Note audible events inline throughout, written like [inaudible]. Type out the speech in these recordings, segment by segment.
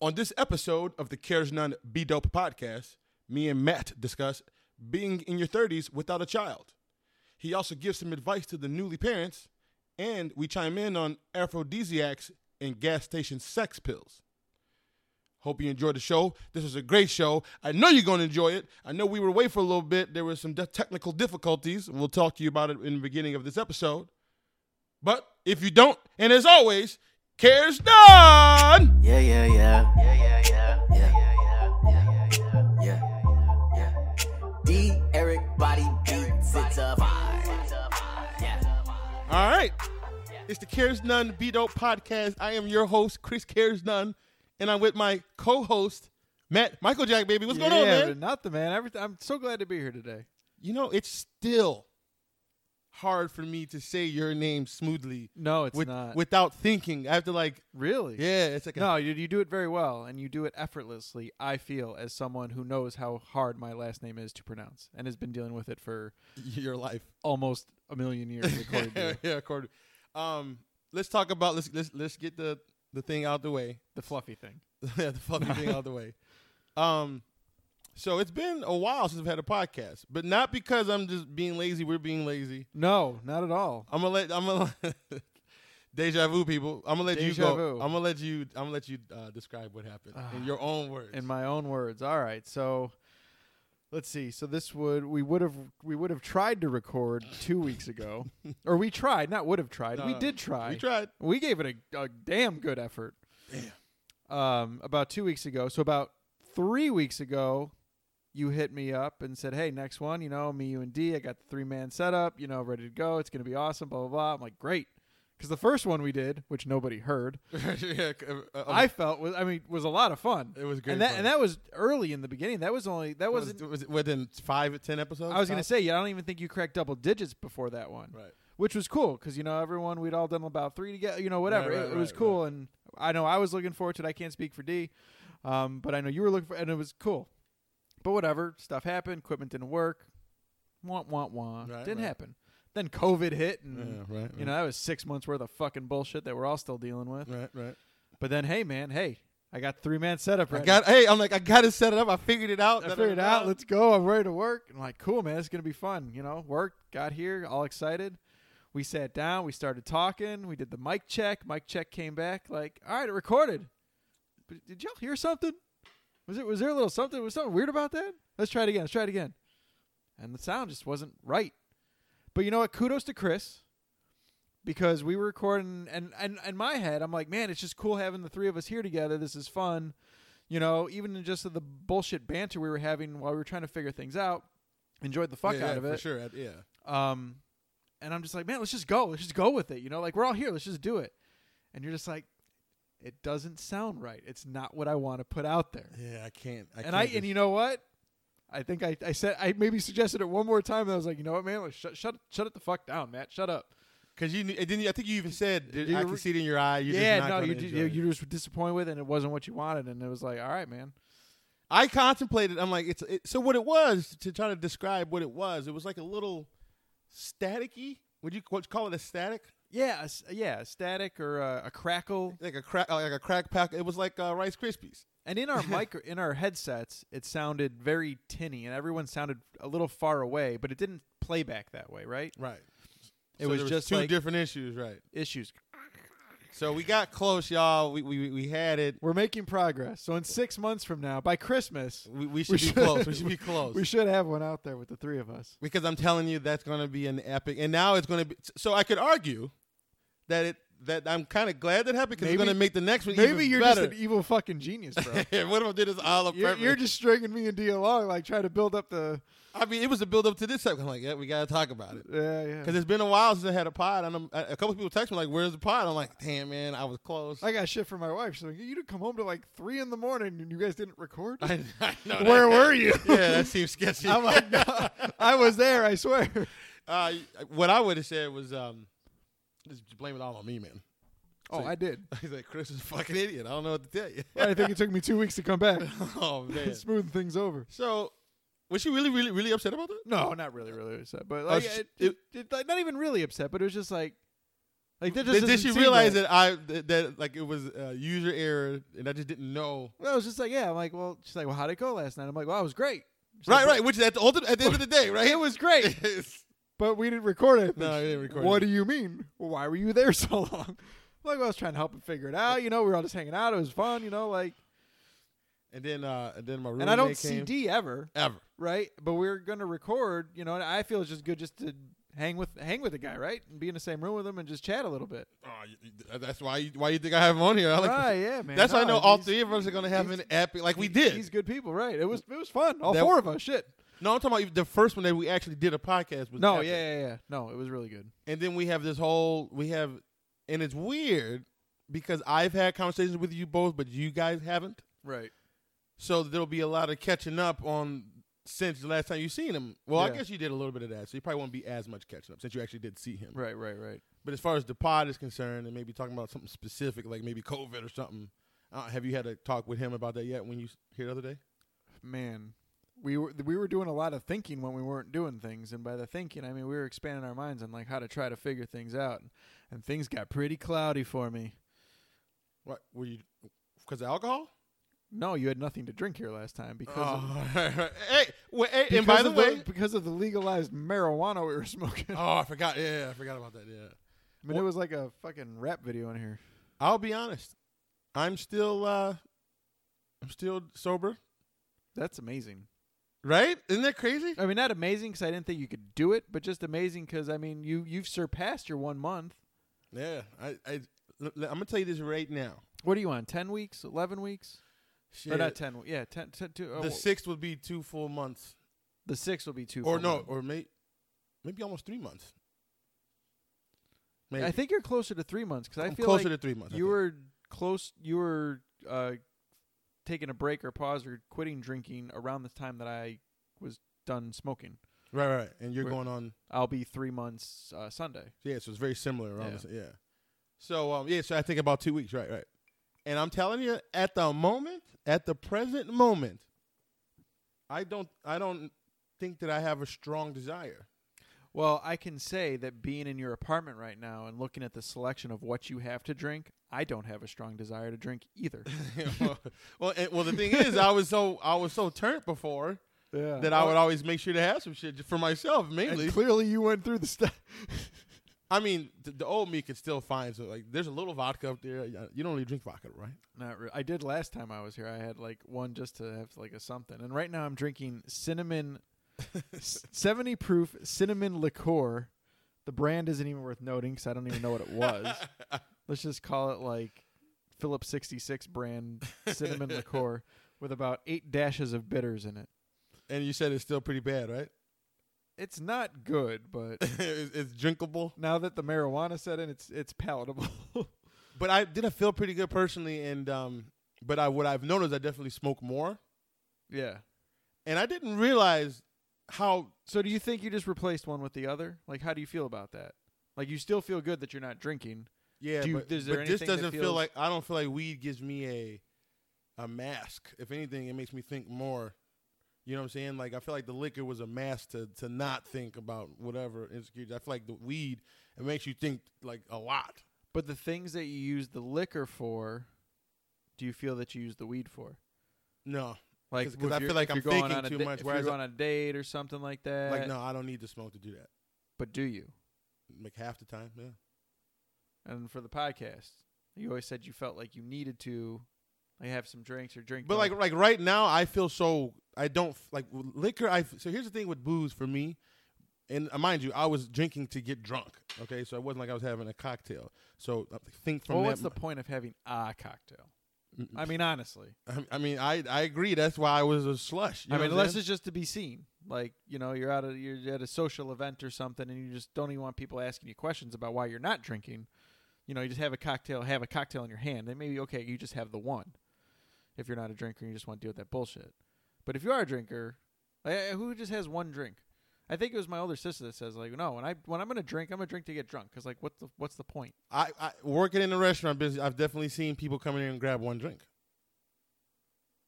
On this episode of the Cares None Be Dope podcast, me and Matt discuss being in your 30s without a child. He also gives some advice to the newly parents, and we chime in on aphrodisiacs and gas station sex pills. Hope you enjoyed the show. This was a great show. I know you're going to enjoy it. I know we were away for a little bit. There were some de- technical difficulties. We'll talk to you about it in the beginning of this episode. But if you don't, and as always, cares done. Yeah, yeah, yeah. Yeah, yeah, yeah. Yeah, yeah, yeah. Yeah, yeah, yeah. D. Eric Body Beats. It's a vibe. Yeah. All right. It's the Cares None Be Dope podcast. I am your host, Chris Cares None, and I'm with my co-host, Matt Michael Jack, baby. What's going on, yeah, man? But nothing, man. Everything. I'm so glad to be here today. You know, it's still hard for me to say your name smoothly No, it's with- not. without thinking. I have to like, really? yeah, it's like a No, you, you do it very well, and you do it effortlessly. I feel as someone who knows how hard my last name is to pronounce, and has been dealing with it for [laughs] your life. almost a million years. According to yeah, you. according. Um, let's talk about let's let's let's get the the thing out the way. the fluffy thing. [laughs] yeah, the fucking thing out the way. Um, so it's been a while since I've had a podcast, but not because I'm just being lazy. We're being lazy. No, not at all. I'm gonna let [laughs] I'm gonna deja vu people. I'm gonna let you Deja go. vu. Ah, I'm gonna let you. I'm gonna let you uh, describe what happened in your own words. In my own words. All right. So let's see. So this would we would have we would have tried to record two weeks ago, or we tried, not would have tried. we No, did try. Uh, we tried. [laughs] We gave it a, a damn good effort. Damn. Um, about two weeks ago. So about three weeks ago, you hit me up and said, "Hey, next one, you know, me, you, and D. I got the three man setup. You know, ready to go. It's gonna be awesome. Blah blah blah." I'm like, "Great," because the first one we did, which nobody heard, yeah, c- [laughs] uh, uh, I felt was I mean was a lot of fun. It was great and that fun. and that was early in the beginning. That was only that it was, wasn't. it was within five or ten episodes. I was gonna tops? say yeah. I don't even think you cracked double digits before that one, Right. which was cool because you know everyone we'd all done about three together. You know whatever Right, right, it, it was right, cool, and I know I was looking forward to it. I can't speak for D, um, but I know you were looking for, and it was cool. But whatever, stuff happened. Equipment didn't work. Want want want Right, didn't right. happen. Then COVID hit, and Yeah, right, you know that was six months worth of fucking bullshit that we're all still dealing with. Right, right. But then hey man, hey, I got three man setup. Right I now. got. Hey, I'm like, I gotta set it up. I figured it out. I figured it out. Let's go. I'm ready to work. I'm like, cool, man. It's gonna be fun. You know, worked, got here, all excited. We sat down. We started talking. We did the mic check. Mic check came back. Like, all right, it recorded. But did y'all hear something? Was it? Was there a little something? Was something weird about that? Let's try it again. Let's try it again. And the sound just wasn't right. But you know what? Kudos to Chris because we were recording, and and in my head, I'm like, man, it's just cool having the three of us here together. This is fun. You know, even in just the bullshit banter we were having while we were trying to figure things out, enjoyed the fuck yeah, out of for it. sure. I- Yeah. Um, and I'm just like, man, let's just go. Let's just go with it. You know, like we're all here. Let's just do it. And you're just like, it doesn't sound right. It's not what I want to put out there. Yeah, I can't. I and I and you know what? I think I, I said I maybe suggested it one more time. And I was like, you know what, man, let's shut shut shut it the fuck down, Matt. Shut up. because you knew- and then you- I think you even said Did I you can re- see it in your eye. You're yeah, just not no, you gonna ju- enjoy you it. you just were disappointed with it, and it wasn't what you wanted. And it was like, all right, man. I contemplated. I'm like, it's it, so what it was to try to describe what it was. It was like a little staticky. Would you what, call it a static? Yeah, a s yeah, a static or a, a crackle. Like a crack, like a crack pack. It was like uh, Rice Krispies. And in [laughs] our mic, in our headsets, it sounded very tinny, and everyone sounded a little far away, but it didn't play back that way, right? Right. It was just two like- different issues. Right. Issues. So we got close, y'all. We we, we had it. We're making progress. So in six months from now, by Christmas, We, we should be close. [laughs] We should be close. We should have one out there with the three of us. because I'm telling you that's going to be an epic. And now it's going to be so I could argue that it that I'm kind of glad that happened because it's Maybe- going to make the next one Maybe even you're better. just an evil fucking [laughs] genius, bro. what if I did this all of you're, you're just stringing me and D along, like trying to build up the. I mean, it was a build up to this. Episode. I'm like, yeah, we got to talk about it Yeah, yeah. because it's been a while since I had a pod. And I'm, a couple of people text me like, "Where's the pod?" I'm like, "Damn, man, I was close." I got shit from my wife. She's like, you didn't come home till like three in the morning, and you guys didn't record. [laughs] I, I know that. Where were you? [laughs] yeah, that seems sketchy. [laughs] I'm like, no, I was there. I swear. [laughs] uh, what I would have said was, um, just blame it all on me, man. [laughs] Oh, I did. He's like, Chris is a fucking idiot. I don't know what to tell you. I think it took me two weeks to come back. [laughs] oh man. Smooth things over. So, was she really, really, really upset about that? No, not really, really upset, but like, Oh, sh- it, it, it- like, not even really upset, but it was just like, Like that Did, just did doesn't she seem realize right. that I that, that like it was uh, user error and I just didn't know? Well, I was just like, yeah. I'm like, well, she's like, well, how'd it go last night? I'm like, well, it was great. She's Right, like, right. Which at the ultimate, at the end of the day, right? It [laughs] was great, It's- but we didn't record it. no, I didn't record. What it. do you mean? Well, why were you there [laughs] so long? Like I was trying to help him figure it out. You know, we were all just hanging out. It was fun. You know, like, and then uh, and then my roommate and I don't came. CD ever, ever. right? But we are gonna record. You know, and I feel it's just good just to hang with hang with the guy, right? And be in the same room with him and just chat a little bit. Oh, you- you- that's why you, why you think I have him on here? I like. right? Yeah, man. That's why I No, know all he's- three of us are gonna have an he's- epic like we he- did. He's good people, right? It was it was fun. All That- four of us. Shit. No, I'm talking about even the first one that we actually did a podcast with. No, epic. yeah, yeah, yeah. No, it was really good. And then we have this whole we have, and it's weird because I've had conversations with you both, but you guys haven't. Right. So there'll be a lot of catching up on since the last time you seen him. Well, I Yeah. guess you did a little bit of that, so you probably won't be as much catching up since you actually did see him. Right. Right. Right. But as far as the pod is concerned, and maybe talking about something specific like maybe COVID or something. Uh, have you had a talk with him about that yet? When you s- here the other day? Man, we were we were doing a lot of thinking when we weren't doing things, and by the thinking, I mean we were expanding our minds on like how to try to figure things out, and things got pretty cloudy for me. What were you? Because of alcohol? No, you had nothing to drink here last time because. Of, Oh, [laughs] hey, well, hey, and because by the of way, because of the legalized marijuana we were [laughs] smoking, oh, I forgot. Yeah, yeah, I forgot about that. Yeah, I mean, it was like a fucking rap video in here. I'll be honest. I'm still, uh I'm still sober. That's amazing. Right? Isn't that crazy? I mean, not amazing because I didn't think you could do it, but just amazing because I mean, you you've surpassed your one month. Yeah. I, I, am gonna tell you this right now. What are you on? Ten weeks? Eleven weeks? Shit. Or not ten? we- Yeah, ten. ten two, oh, the sixth would be two full months, the six will be two. or full no, months. or maybe, maybe almost three months. Maybe. I think you're closer to three months because I I'm feel closer like to three months. I you think. were close. You were uh, taking a break or pause or quitting drinking around the time that I was done smoking. right, right, right. and you're We're- going on. I'll be three months uh, Sunday. Yeah, so it's very similar around. Yeah. Yeah. The, sa- yeah. So um, yeah, so I think about two weeks. Right, right. And I'm telling you, at the moment, at the present moment, I don't, I don't think that I have a strong desire. Well, I can say that being in your apartment right now and looking at the selection of what you have to drink, I don't have a strong desire to drink [laughs] either. well, and, well, the thing is, I was so, I was so turned before yeah. that I would always make sure to have some shit for myself mainly. clearly you went through the [laughs] stuff. I mean, th- the old me could still find so like there's a little vodka up there. You you don't really drink vodka, right? Not re- I did last time I was here. I had like one just to have like a something. And right now I'm drinking cinnamon s- 70 proof cinnamon liqueur. The brand isn't even worth noting cuz I don't even know what it was. Let's just call it like Phillips 66 brand cinnamon liqueur with about 8 dashes of bitters in it. And you said it's still pretty bad, right? [laughs] It's not good, but it's, it's drinkable. now that the marijuana set in, it's it's palatable. [laughs] But I did. I feel pretty good personally, and um, but I what I've noticed, I definitely smoke more, yeah. and I didn't realize how So do you think you just replaced one with the other? Like, how do you feel about that? Like, you still feel good that you're not drinking. yeah. Do you- but is there but this anything that doesn't feel feels- like I don't feel like weed gives me a a mask. If anything, it makes me think more. You know what I'm saying? Like I feel like the liquor was a mask to to not think about whatever insecurities. I feel like the weed it makes you think like a lot. But the things that you use the liquor for, do you feel that you use the weed for? No, Like, 'Cause- 'cause if I you're- feel like if I'm you're going thinking on a too da- much, If whereas you're I- on a date or something like that. like no, I don't need to smoke to do that. But do you? Like half the time, yeah. And for the podcast, you always said you felt like you needed to, like, have some drinks or drink. But more. like like right now, I feel so I don't like with liquor. I so here's the thing with booze for me, and uh, mind you, I was drinking to get drunk. Okay, so it wasn't like I was having a cocktail. So uh, think from well, that. what's the point of having a cocktail? Mm, I mean, honestly, I- I mean, I I agree. That's why I was a slush. You I know mean, what I'm unless saying? it's just to be seen. Like, you know, you're out of you're at a social event or something, and you just don't even want people asking you questions about why you're not drinking. You know, you just have a cocktail, have a cocktail in your hand. Then maybe okay, you just have the one. If you're not a drinker, and you just want to deal with that bullshit. But if you are a drinker, like, eh, who just has one drink? I think it was my older sister that says like, no, when I when I'm gonna drink, I'm gonna drink to get drunk. Cause like, what's the what's the point? I, I working in the restaurant business, I've definitely seen people come in here and grab one drink.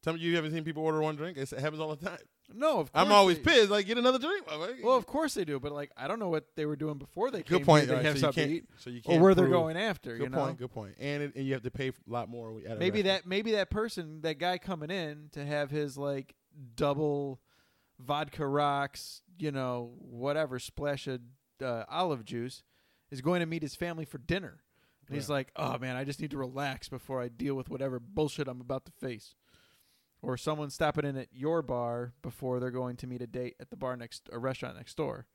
Tell me you haven't seen people order one drink. It's, it happens all the time. No, of course I'm always they- pissed. Like, get another drink. my boy. Well, of course they do, but like I don't know what they were doing before they came. good point. Here. They All right, so you have something can't, to eat, so you or can't where they're prove- going after. Good you know, point. Good point. And it, and you have to pay a lot more. At a maybe restaurant. that maybe that person that guy coming in to have his like double vodka rocks you know whatever splash of uh, olive juice is going to meet his family for dinner and he's like oh man i just need to relax before i deal with whatever bullshit i'm about to face or someone stopping in at your bar before they're going to meet a date at the bar next a restaurant next door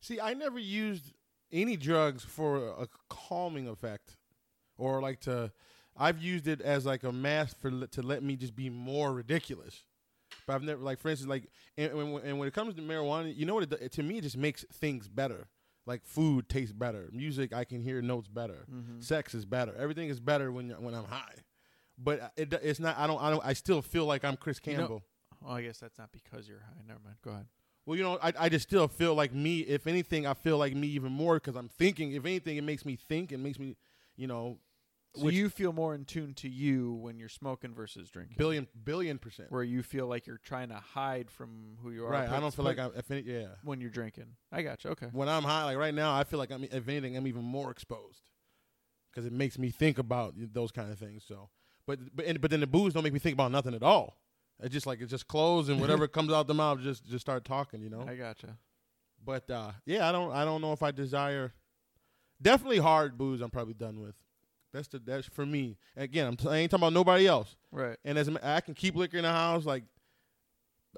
See, I never used any drugs for a calming effect, or like to. I've used it as like a mask for le- to let me just be more ridiculous. But I've never like, for instance, like, and, and, when, and when it comes to marijuana, you know what? It, do- to me, it just makes things better. Like food tastes better, music I can hear notes better, Mm-hmm. sex is better, everything is better when you're- when I'm high. But uh, it, do- it's not. I don't. I don't. I still feel like I'm Chris You know- Campbell. oh i guess that's not because you're high never mind go ahead Well, you know, I, I just still feel like me. If anything, I feel like me even more because I'm thinking. If anything, it makes me think. It makes me, you know, so Which- you feel more in tune to you when you're smoking versus drinking billion billion percent. where you feel like you're trying to hide from who you are. Right. I but- don't feel like but I'm. If any, yeah. when you're drinking. I got you. Okay. When I'm high, like right now, I feel like I'm. If anything, I'm even more exposed because it makes me think about those kind of things. So, but but and, but then the booze don't make me think about nothing at all. It's just like it's just clothes and [laughs] whatever comes out the mouth, just just start talking. You know. I got you. But uh, yeah, I don't I don't know if I desire. Definitely hard booze. I'm probably done with. That's the that's for me. Again, I'm t- I ain't talking about nobody else. Right. And as a ma- I can keep liquor in the house, like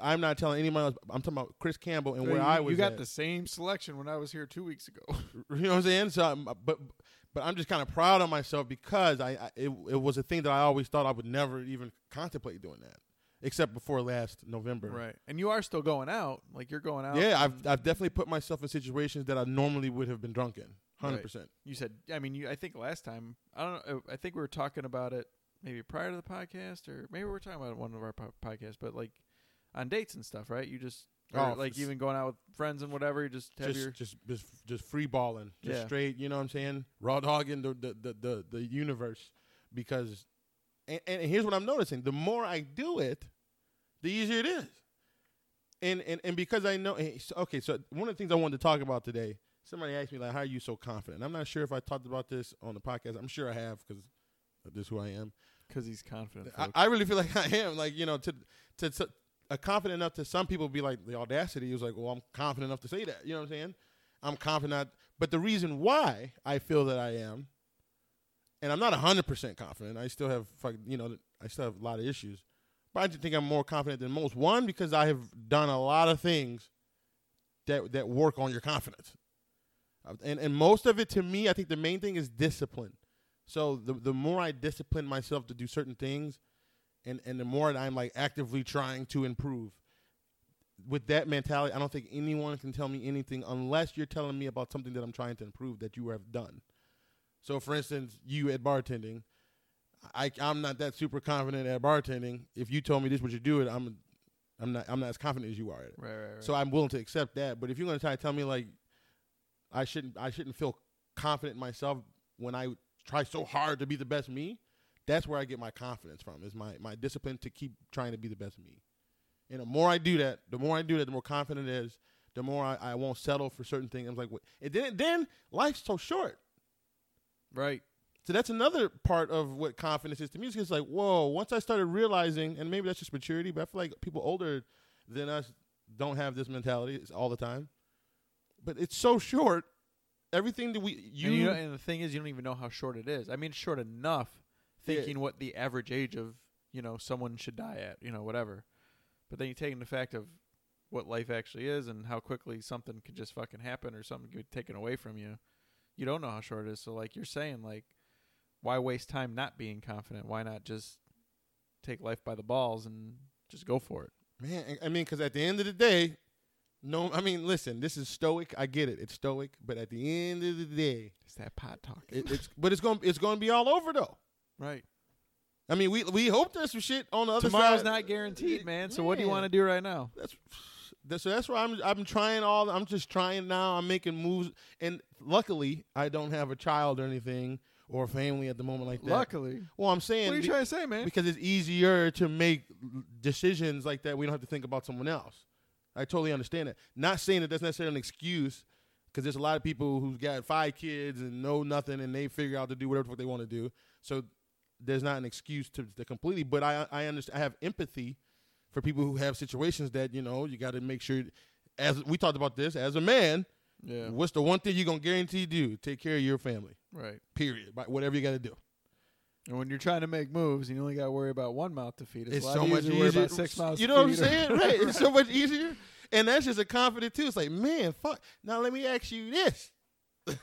I'm not telling anyone else. I'm talking about Chris Campbell and where you, I was. you got at. the same selection when I was here two weeks ago. [laughs] [laughs] You know what I'm saying? So, I'm, but but I'm just kind of proud of myself because I, I it, it was a thing that I always thought I would never even contemplate doing that, except before last November. And you are still going out. Like you're going out. Yeah, I've I've definitely put myself in situations that I normally would have been drunk in. Hundred Right. percent. You said. I mean, you. I think last time. I don't. know. I think we were talking about it maybe prior to the podcast, or maybe we were talking about it in one of our po- podcasts. But like on dates and stuff, right? You just. or, Oh, like it's- even going out with friends and whatever, you just have just, your just just just free balling, just Yeah. straight. You know what I'm saying? Raw dogging the the the the, the universe because, and, and here's what I'm noticing: the more I do it, the easier it is. And and and because I know, eh, so- okay. So one of the things I wanted to talk about today, somebody asked me like, "How are you so confident?" I'm not sure if I talked about this on the podcast. I'm sure I have because this is who I am. because he's confident. I, folks. I really feel like [laughs] I am. Like you know, to to, to uh, confident enough to some people be like the audacity is like, well, I'm confident enough to say that. You know what I'm saying? I'm confident, but the reason why I feel that I am, and I'm not hundred percent confident. I still have fuck, you know, I still have a lot of issues, but I just think I'm more confident than most. One because I have done a lot of things that that work on your confidence, Uh, and and most of it to me, I think the main thing is discipline. So the the more I discipline myself to do certain things, and and the more that I'm like actively trying to improve. With that mentality, I don't think anyone can tell me anything unless you're telling me about something that I'm trying to improve that you have done. So, for instance, you at bartending, I, I'm not that super confident at bartending. If you told me this is what you do, it I'm, I'm not I'm not as confident as you are at it. right. Right. Right. So I'm willing to accept that. But if you're going to try to tell me like I shouldn't I shouldn't feel confident in myself when I try so hard to be the best me, that's where I get my confidence from. Is my my discipline to keep trying to be the best me. And the more I do that, the more I do that, the more confident it is. The more I, I won't settle for certain things. I'm like, wait. and then then life's so short. right. So that's another part of what confidence is to me. It's just like, whoa, once I started realizing, and maybe that's just maturity, but I feel like people older than us don't have this mentality all the time. But it's so short. Everything that we you, And you, and the thing is, you don't even know how short it is. I mean, it's short enough, Yeah. thinking what the average age of you know someone should die at, you know, whatever. But then you take into fact of what life actually is and how quickly something could just fucking happen or something could be taken away from you. You don't know how short it is. So like you're saying, like why waste time not being confident? Why not just take life by the balls and just go for it? man, I- I mean, because at the end of the day, no, I mean, listen, this is stoic. I get it, it's stoic, but at the end of the day, It's that pot talk, it, [laughs] it's but it's going it's going to be all over though. right? I mean, we we hope there's some shit on the other Tomorrow's side. not guaranteed, man. So what do you Yeah. want to do right now? That's that's- so that's why I'm I'm trying all I'm just trying now. I'm making moves and luckily I don't have a child or anything or a family at the moment like that. Luckily, Well, I'm saying what are you be- trying to say, man? because it's easier to make decisions like that, we don't have to think about someone else. I totally understand that. Not saying that that's necessarily an excuse, because there's a lot of people who've got five kids and know nothing, and they figure out to do whatever the fuck they want to do. So there's not an excuse to, to completely. But I I understand. I have empathy for people who have situations that you know you got to make sure. As we talked about this, as a man, Yeah. what's the one thing you're gonna guarantee to do? Take care of your family. Right. Period. By whatever you got to do. And when you're trying to make moves, and you only got to worry about one mouth to feed. It's, It's a lot so much easier. to worry easier. [laughs] about six mouths you to know what I'm feed or- [laughs] saying? Right. It's so much easier. And that's just a confident too. It's like, man, fuck. Now let me ask you this. [laughs]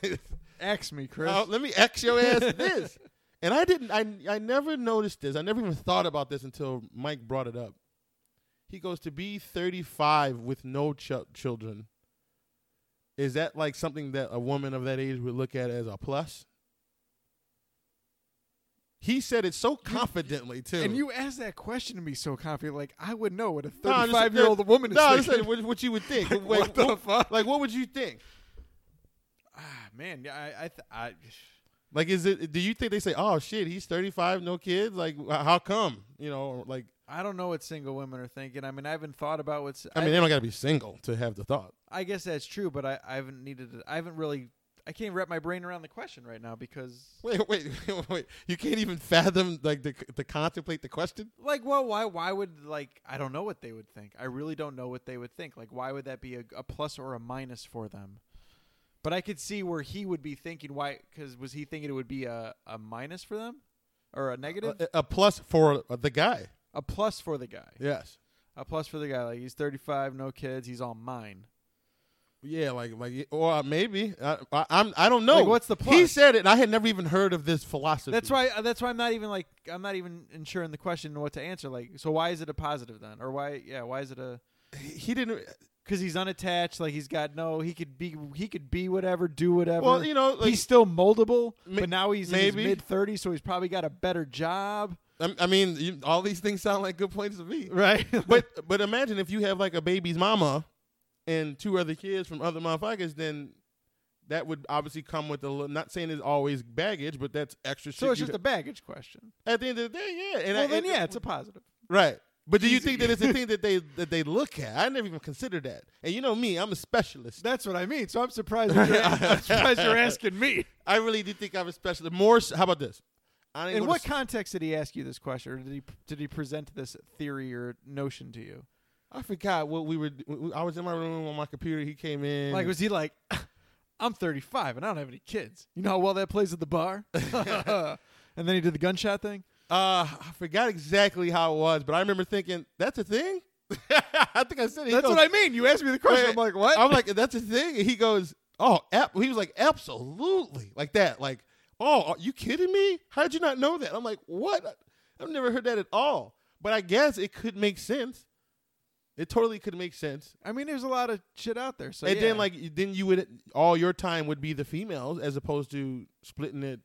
Ask me, Chris. Now let me ask your ass this. And I didn't. I I never noticed this. I never even thought about this until Mike brought it up. He goes to be 35 with no ch- children. Is that like something that a woman of that age would look at as a plus? He said it so confidently too. and you asked that question to me so confident, like I would know what a No, I'm just- 35 year old woman is. No, I'm just thinking. saying what, [laughs] what you would think. [laughs] Like, Wait, what the fuck? Like, what would you think? Ah, [laughs] man, yeah, I, I, th- I, Like, is it? Do you think they say, "Oh shit, he's 35, no kids"? Like, wh- how come? You know, like, I don't know what single women are thinking. I mean, I haven't thought about what's. I mean, they don't got to be single to have the thought. I guess that's true, but I, I haven't needed. to- I haven't really. I can't wrap my brain around the question right now because, [laughs] Wait, wait, [laughs] wait, wait. You can't even fathom like the to contemplate the question. like, well, why, why would like I don't know what they would think. I really don't know what they would think. Like, why would that be a, a plus or a minus for them? But I could see where he would be thinking why, because was he thinking it would be a, a minus for them, or a negative, A, a plus for uh, the guy. a plus for the guy, Yes. a plus for the guy. Like he's thirty five, no kids, he's all mine. Yeah, like, like, or uh, maybe I, I, I'm. I don't know. Like, what's the He plus? said it. and I had never even heard of this philosophy. That's why. uh, That's why I'm not even like I'm not even ensuring the question what to answer. Like, so why is it a positive then, or why? Yeah, why is it a? he didn't. Because he's unattached. Like he's got no. He could be. He could be whatever. Do whatever. Well, you know, like, he's still moldable, Ma- but now he's in maybe. his mid 30s, so he's probably got a better job. I, I mean, you, all these things sound like good points to me. [laughs] Right. but but imagine if you have like a baby's mama and two other kids from other motherfuckers, then that would obviously come with a little, not saying it's always baggage, but that's extra shit. so it's you- just a baggage question. at the end of the day, yeah. And I- well, then and- yeah, it's a positive. right. But do you think that it's [laughs] a thing that they that they look at? I never even considered that. And you know me, I'm a specialist. That's what I mean. So I'm surprised. [laughs] You're, I'm surprised you're asking me. I really do think I'm a specialist. More, s- how about this? I didn't [laughs] In go to what s- context did he ask you this question, or did he did he present this theory or notion to you? I forgot what we were. d- w- I was in my room on my computer. He came in. Like, was he like, [laughs] I'm 35 and I don't have any kids. You know how well that plays at the bar? [laughs] and then he did the gunshot thing. Uh, I forgot exactly how it was, but I remember thinking, "That's a thing." [laughs] I think I said it. He That's goes, what I mean. You asked me the question. "Wait." I'm like, what? I'm like, "That's a thing." And he goes, "Oh, ab-. he was like, absolutely, like that, like, oh, are you kidding me? How did you not know that?" I'm like, "What? I've never heard that at all." But I guess it could make sense. It totally could make sense. I mean, there's a lot of shit out there. So and then, yeah. like, then you would all your time would be the females as opposed to splitting it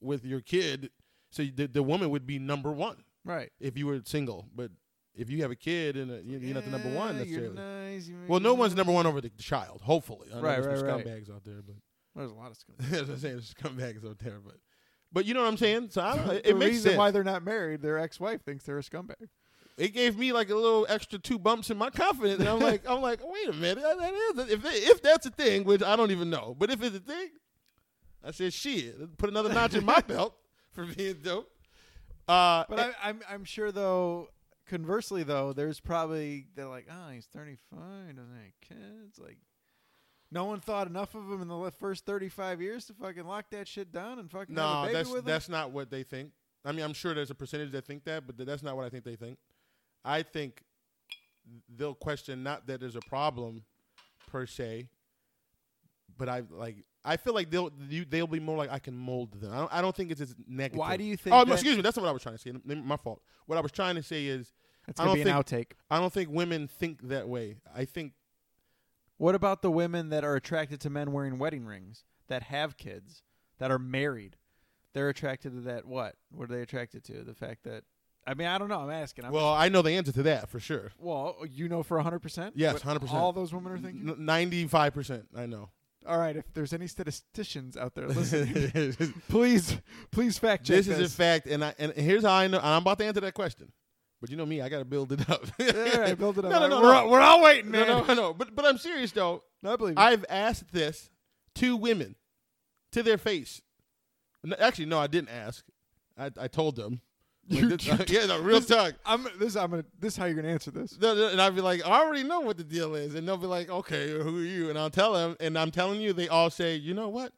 with your kid. So the, the woman would be number one right. if you were single, but if you have a kid and a, you- you're not the number one Yeah, you're necessarily. nice, you- Well, no one's number one over the child. Hopefully, I know Right, there's some right, right. scumbags out there, but [laughs] There's a lot of scum. as I'm saying, there's scumbags out there, but but you know what I'm saying. So I don't, it, the it makes reason sense. why they're not married, their ex-wife thinks they're a scumbag. it gave me like a little extra two bumps in my confidence, and I'm like, I'm like, wait a minute, that, that is if they, if that's a thing, which I don't even know, but if it's a thing, I said, shit, put another notch [laughs] in my belt for being dope. Uh, But I, I'm, I'm sure though. Conversely, though, there's probably they're like, oh, he's 35, doesn't have any kids. Like, no one thought enough of him in the le- first 35 years to fucking lock that shit down and fucking have a No, baby that's with him. that's not what they think. I mean, I'm sure there's a percentage that think that, but th- that's not what I think they think. I think they'll question not that there's a problem per se, but I like I feel like they'll you, they'll be more like I can mold them. I don't, I don't think it's as negative. Why do you think Oh, that- no, excuse me. That's not what I was trying to say. N- My fault. What I was trying to say is That's I gonna don't be an think outtake. I don't think women think that way. I think What about the women that are attracted to men wearing wedding rings that have kids that are married? They're attracted to that. What? What are they attracted to? The fact that I mean, I don't know. I'm asking. I'm well, I know the answer to that for sure. well, you know for 100%? Yes, what 100%. All those women are thinking? Ninety-five percent. I [laughs] know. All right, if there's any statisticians [laughs] out there listening, please please fact check This is a fact, and I and here's how I know. And I'm about to answer that question But you know me, I got to build it up. All right, build it [laughs] up. No, no, no, All right, we're, no. All, we're all waiting, no, man. no, no, no. But but I'm serious though. No, I believe you. I've asked this to women to their face. No, actually, no, I didn't ask. I, I told them. Like, You- this- you- [laughs] yeah, no, real talk. I'm this. I'm gonna. This is how you're gonna answer this. No, no, And I'd be like, I already know what the deal is. And they'll be like, okay, who are you? And I'll tell them. And I'm telling you, they all say, you know what?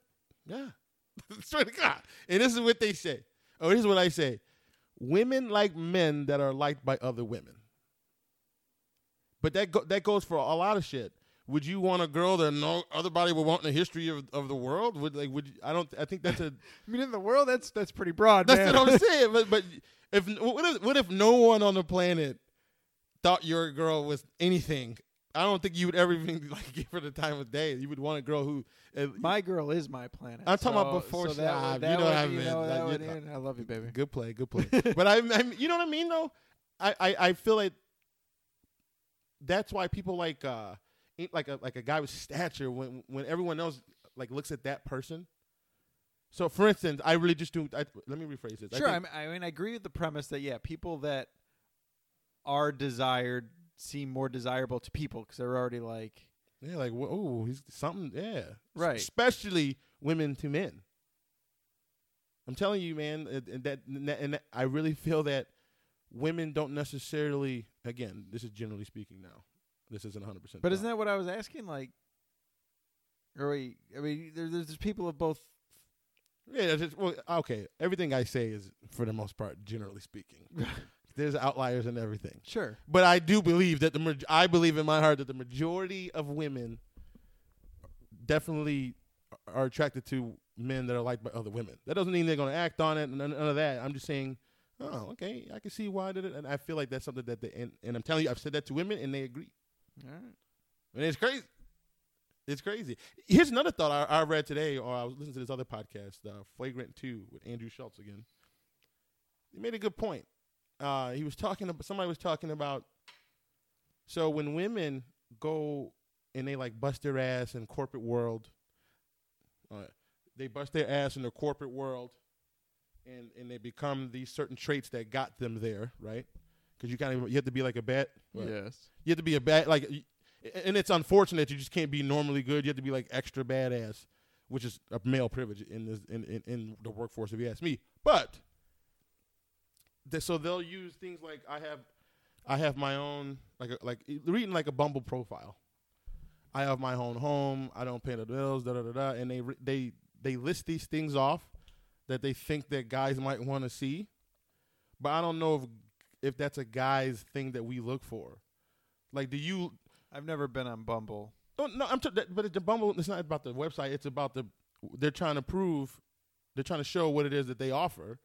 Yeah. [laughs] Straight to God. And this is what they say. Oh, here's what I say Women like men that are liked by other women. But that, go- that goes for a lot of shit. Would you want a girl that no other body would want in the history of, of the world? Would like would you, I don't I think that's a I mean, in the world, that's that's pretty broad. that's man. [laughs] what I'm saying. But but if what if what if no one on the planet thought your girl was anything? I don't think you would ever even [laughs] like give her the time of day. You would want a girl who. Uh, My girl is my planet. I'm talking about so- before so she- that, ah, you would- that know would- what I meant. know, Like, that you would know. end. I love you, baby. good play, good [laughs] play. but I, I, you know what I mean though. I, I, I feel like that's why people like uh ain't like a like a guy with stature when when everyone else like looks at that person. So for instance, I really just do. I, let me rephrase this. I think- Sure. I, mean- I mean, I agree with the premise that yeah, people that are desired seem more desirable to people because they're already like Yeah, like oh, he's something. Yeah, S- Right. Especially women to men. I'm telling you, man, and- and that and that- and that- I really feel that women don't necessarily. Again, this is generally speaking. Now, this isn't 100. percent But isn't that what I was asking? Like, or wait, I mean, there, there's just people of both. Yeah, that's just, well, okay. Everything I say is, for the most part, generally [laughs] speaking. There's outliers and everything. Sure. But I do believe that the maj- I believe in my heart that the majority of women definitely are attracted to men that are liked by other women. That doesn't mean they're going to act on it and none, none of that. I'm just saying, oh, okay, I can see why I did it, and I feel like that's something that they and, and I'm telling you, I've said that to women and they agree. All right. And it's crazy. It's crazy. Here's another thought I, I read today, or I was listening to this other podcast, uh, Flagrant 2 with Andrew Schultz again. He made a good point. Uh, he was talking about, somebody was talking about, so when women go and they like bust their ass in corporate world, uh, they bust their ass in the corporate world and, and they become these certain traits that got them there, right? Because you kind of, you have to be like a bat. Yes. You have to be a bad like, y- and it's unfortunate you just can't be normally good. You have to be like extra badass, which is a male privilege in this in in, in the workforce. If you ask me, but th- so they'll use things like I have, I have my own like a, like e, reading like a Bumble profile. I have my own home. I don't pay the bills. Da da da da. And they re- they they list these things off that they think that guys might want to see, but I don't know if if that's a guy's thing that we look for. Like, do you? I've never been on Bumble. No, no. I'm. T- that, but the Bumble. It's not about the website. It's about the. They're trying to prove. They're trying to show what it is that they offer.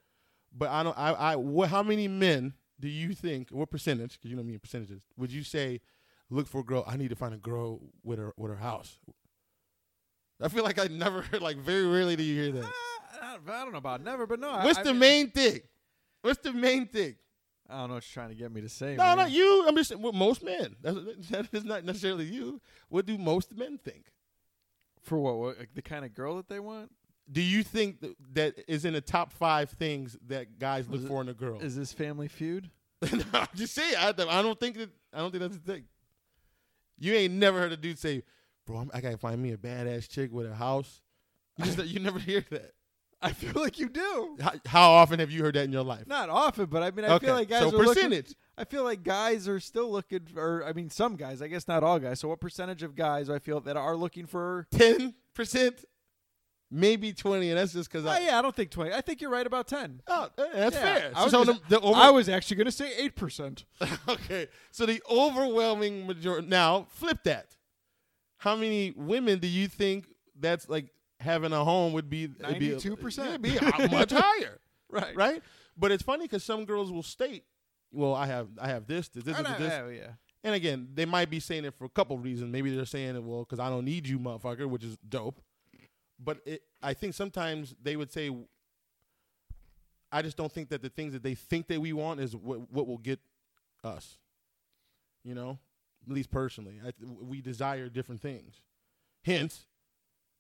But I don't. I. I. What, how many men do you think? What percentage? Because you know me and percentages. Would you say, look for a girl? I need to find a girl with her with her house. I feel like I never heard. Like very rarely do you hear that. Ah, I, I don't know about never, but no. What's Ah, I, I the mean- main thing? What's the main thing? I don't know what you're trying to get me to say. No, man. not you. I'm just saying, well, most men. That's, [laughs] that is not necessarily you. What do most men think? For what, what? Like the kind of girl that they want? Do you think th- that is in the top five things that guys look Is it- for in a girl? Is this Family Feud? [laughs] no, I'm just saying. I, don't- I don't think that. I don't think that's the thing. You ain't never heard a dude say, "Bro, I'm, I gotta find me a badass chick with a house." You, just, you never hear that. I feel like you do. How, how often have you heard that in your life? Not often, but I mean, I Okay, feel like guys so are looking- percentage. I feel like guys are still looking, for, I mean, some guys. I guess not all guys. So, what percentage of guys I feel that are looking for? Ten percent, maybe twenty, and that's just because Oh, I. yeah, I don't think twenty. I think you're right about ten. Oh, eh, that's Yeah, fair. I was, so gonna- the, the over- I was actually going to say eight percent. [laughs] okay. So the overwhelming majority. Now flip that. How many women do you think that's like having a home would be? it'd be- 92%. It'd be h- [laughs] much higher, Right. right? But it's funny because some girls will state, "Well, I have, I have this, this, this, I this, know, this." yeah, yeah. And again, they might be saying it for a couple reasons. Maybe they're saying it, "Well, because I don't need you, motherfucker," which is dope. But it, I think sometimes they would say, "I just don't think that the things that they think that we want is what what will get us." You know, at least personally, I, th- we desire different things. Hence,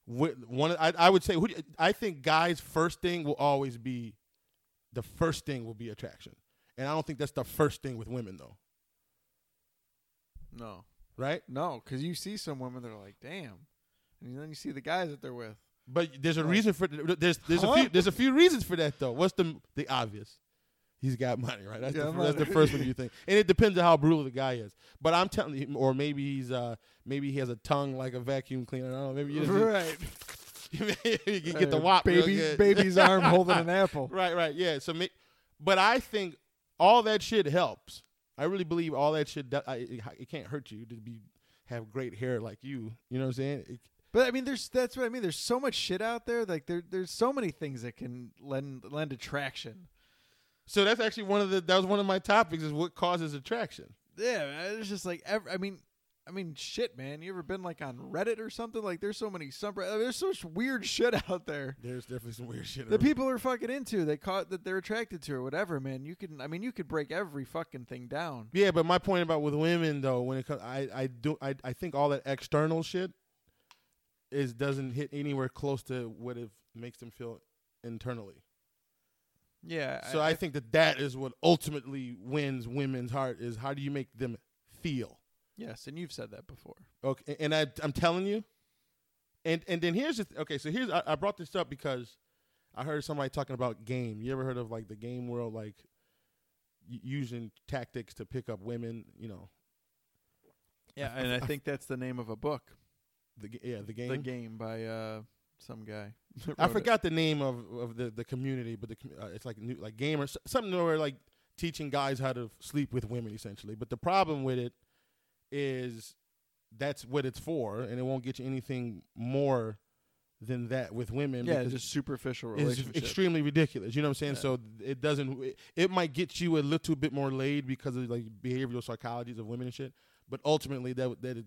wh- one I, I would say, who, do- I think guys' first thing will always be, the first thing will be attraction, And I don't think that's the first thing with women though, No, right? no, because you see some women, they're like, damn, and then you see the guys that they're with. But there's a Right. reason for there's there's a Huh? few there's a few reasons for that though. What's the the obvious? He's got money, right? That's, Yeah, the, that's the money. first one you think, and it depends on how brutal the guy is. But I'm telling you, or maybe he's uh maybe he has a tongue like a vacuum cleaner. I don't know. Maybe you just, Right, [laughs] you can get the Uh, wop. real Baby, good. [laughs] baby's arm holding an apple. Right, right, yeah. So, ma- but I think all that shit helps. I really believe all that shit. do- I, it, it can't hurt you to be have great hair like you. You know what I'm saying? It, But I mean, there's that's what I mean. There's so much shit out there. Like there, there's so many things that can lend lend attraction. so that's actually one of the that was one of my topics is what causes attraction. Yeah, man, it's just like ev I mean, I mean, shit, man. You ever been like on Reddit or something? Like there's so many sub. I mean, there's so much weird shit out there. There's definitely some weird shit. The people are fucking into that caught that they're attracted to or whatever, man. You can, I mean, you could break every fucking thing down. Yeah, but my point about with women though, when it comes, I I do I I think all that external shit is doesn't hit anywhere close to what it makes them feel internally. Yeah. So I, think that that is what ultimately wins women's heart is how do you make them feel? yes, and you've said that before. Okay, and I I'm telling you, and and then here's the th- okay. So here's I, I brought this up because I heard somebody talking about game. You ever heard of like the game world, like y- using tactics to pick up women? You know, Yeah, and I think that's the name of a book, the g- yeah the game. The Game by uh, some guy. that I wrote it. forgot the name of, of the, the community, but the com- uh, it's like new, like gamers something where like teaching guys how to sleep with women essentially. But the problem with it is that's what it's for, and it won't get you anything more than that with women. Yeah, because just superficial it's relationship. extremely ridiculous. You know what I'm saying? Yeah. So it doesn't. It, it might get you a little bit more laid because of like behavioral psychologies of women and shit. But ultimately, that that is,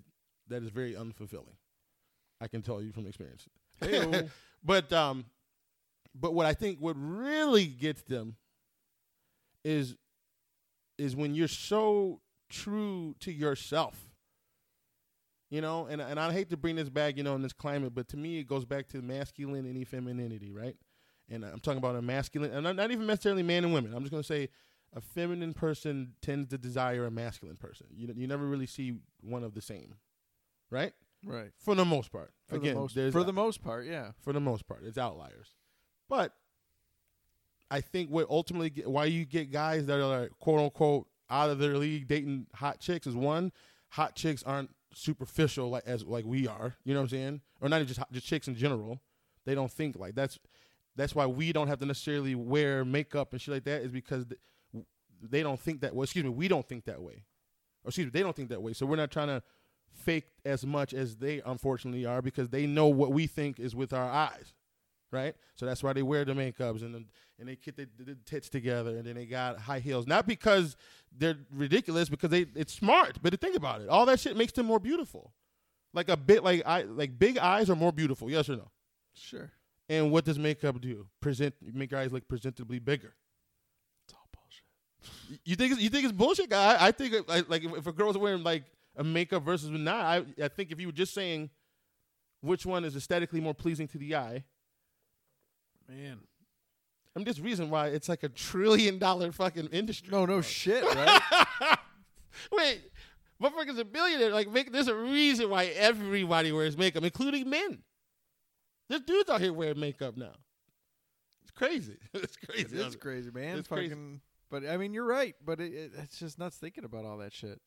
that is very unfulfilling. I can tell you from experience. Heyo. But um, but what I think what really gets them is is when you're so true to yourself. You know, and and I hate to bring this back, you know, in this climate, but to me it goes back to masculine and femininity, right? And I'm talking about a masculine, and I'm not even necessarily man and women. I'm just gonna say a feminine person tends to desire a masculine person. You you never really see one of the same, right? right. For the most part. For Again, the most, there's for the most part, yeah. for the most part. It's outliers, but I think what ultimately get, why you get guys that are like, quote unquote out of their league dating hot chicks is one, hot chicks aren't superficial like as like we are. You know what I'm saying? Or not even just hot- just chicks in general. They don't think like that's that's why we don't have to necessarily wear makeup and shit like that is because th- w- they don't think that. Well, excuse me, we don't think that way. Or excuse me, they don't think that way. So we're not trying to fake as much as they unfortunately are because they know what we think is with our eyes, right? So that's why they wear the makeups and the, and they get the, the tits together and then they got high heels. Not because they're ridiculous, because they it's smart. But to think about it, all that shit makes them more beautiful. Like a bit like I like big eyes are more beautiful. Yes or no? Sure. And what does makeup do? Present make your eyes look presentably bigger. It's all bullshit. Y- You think it's, you think it's bullshit, guy? I think it- like, like if, if a girl's wearing like a makeup versus not, I I think if you were just saying which one is aesthetically more pleasing to the eye, Man. I mean, there's a reason why it's like a trillion dollar fucking industry. No, [laughs] no shit, right? Wait, motherfuckers a billionaire. Like, make, there's a reason why everybody wears makeup, including men. There's dudes out here wearing makeup now. It's crazy. [laughs] it's crazy. It's crazy, man. It's crazy. Fucking. But I mean, you're right. But it, it, it's just nuts thinking about all that shit.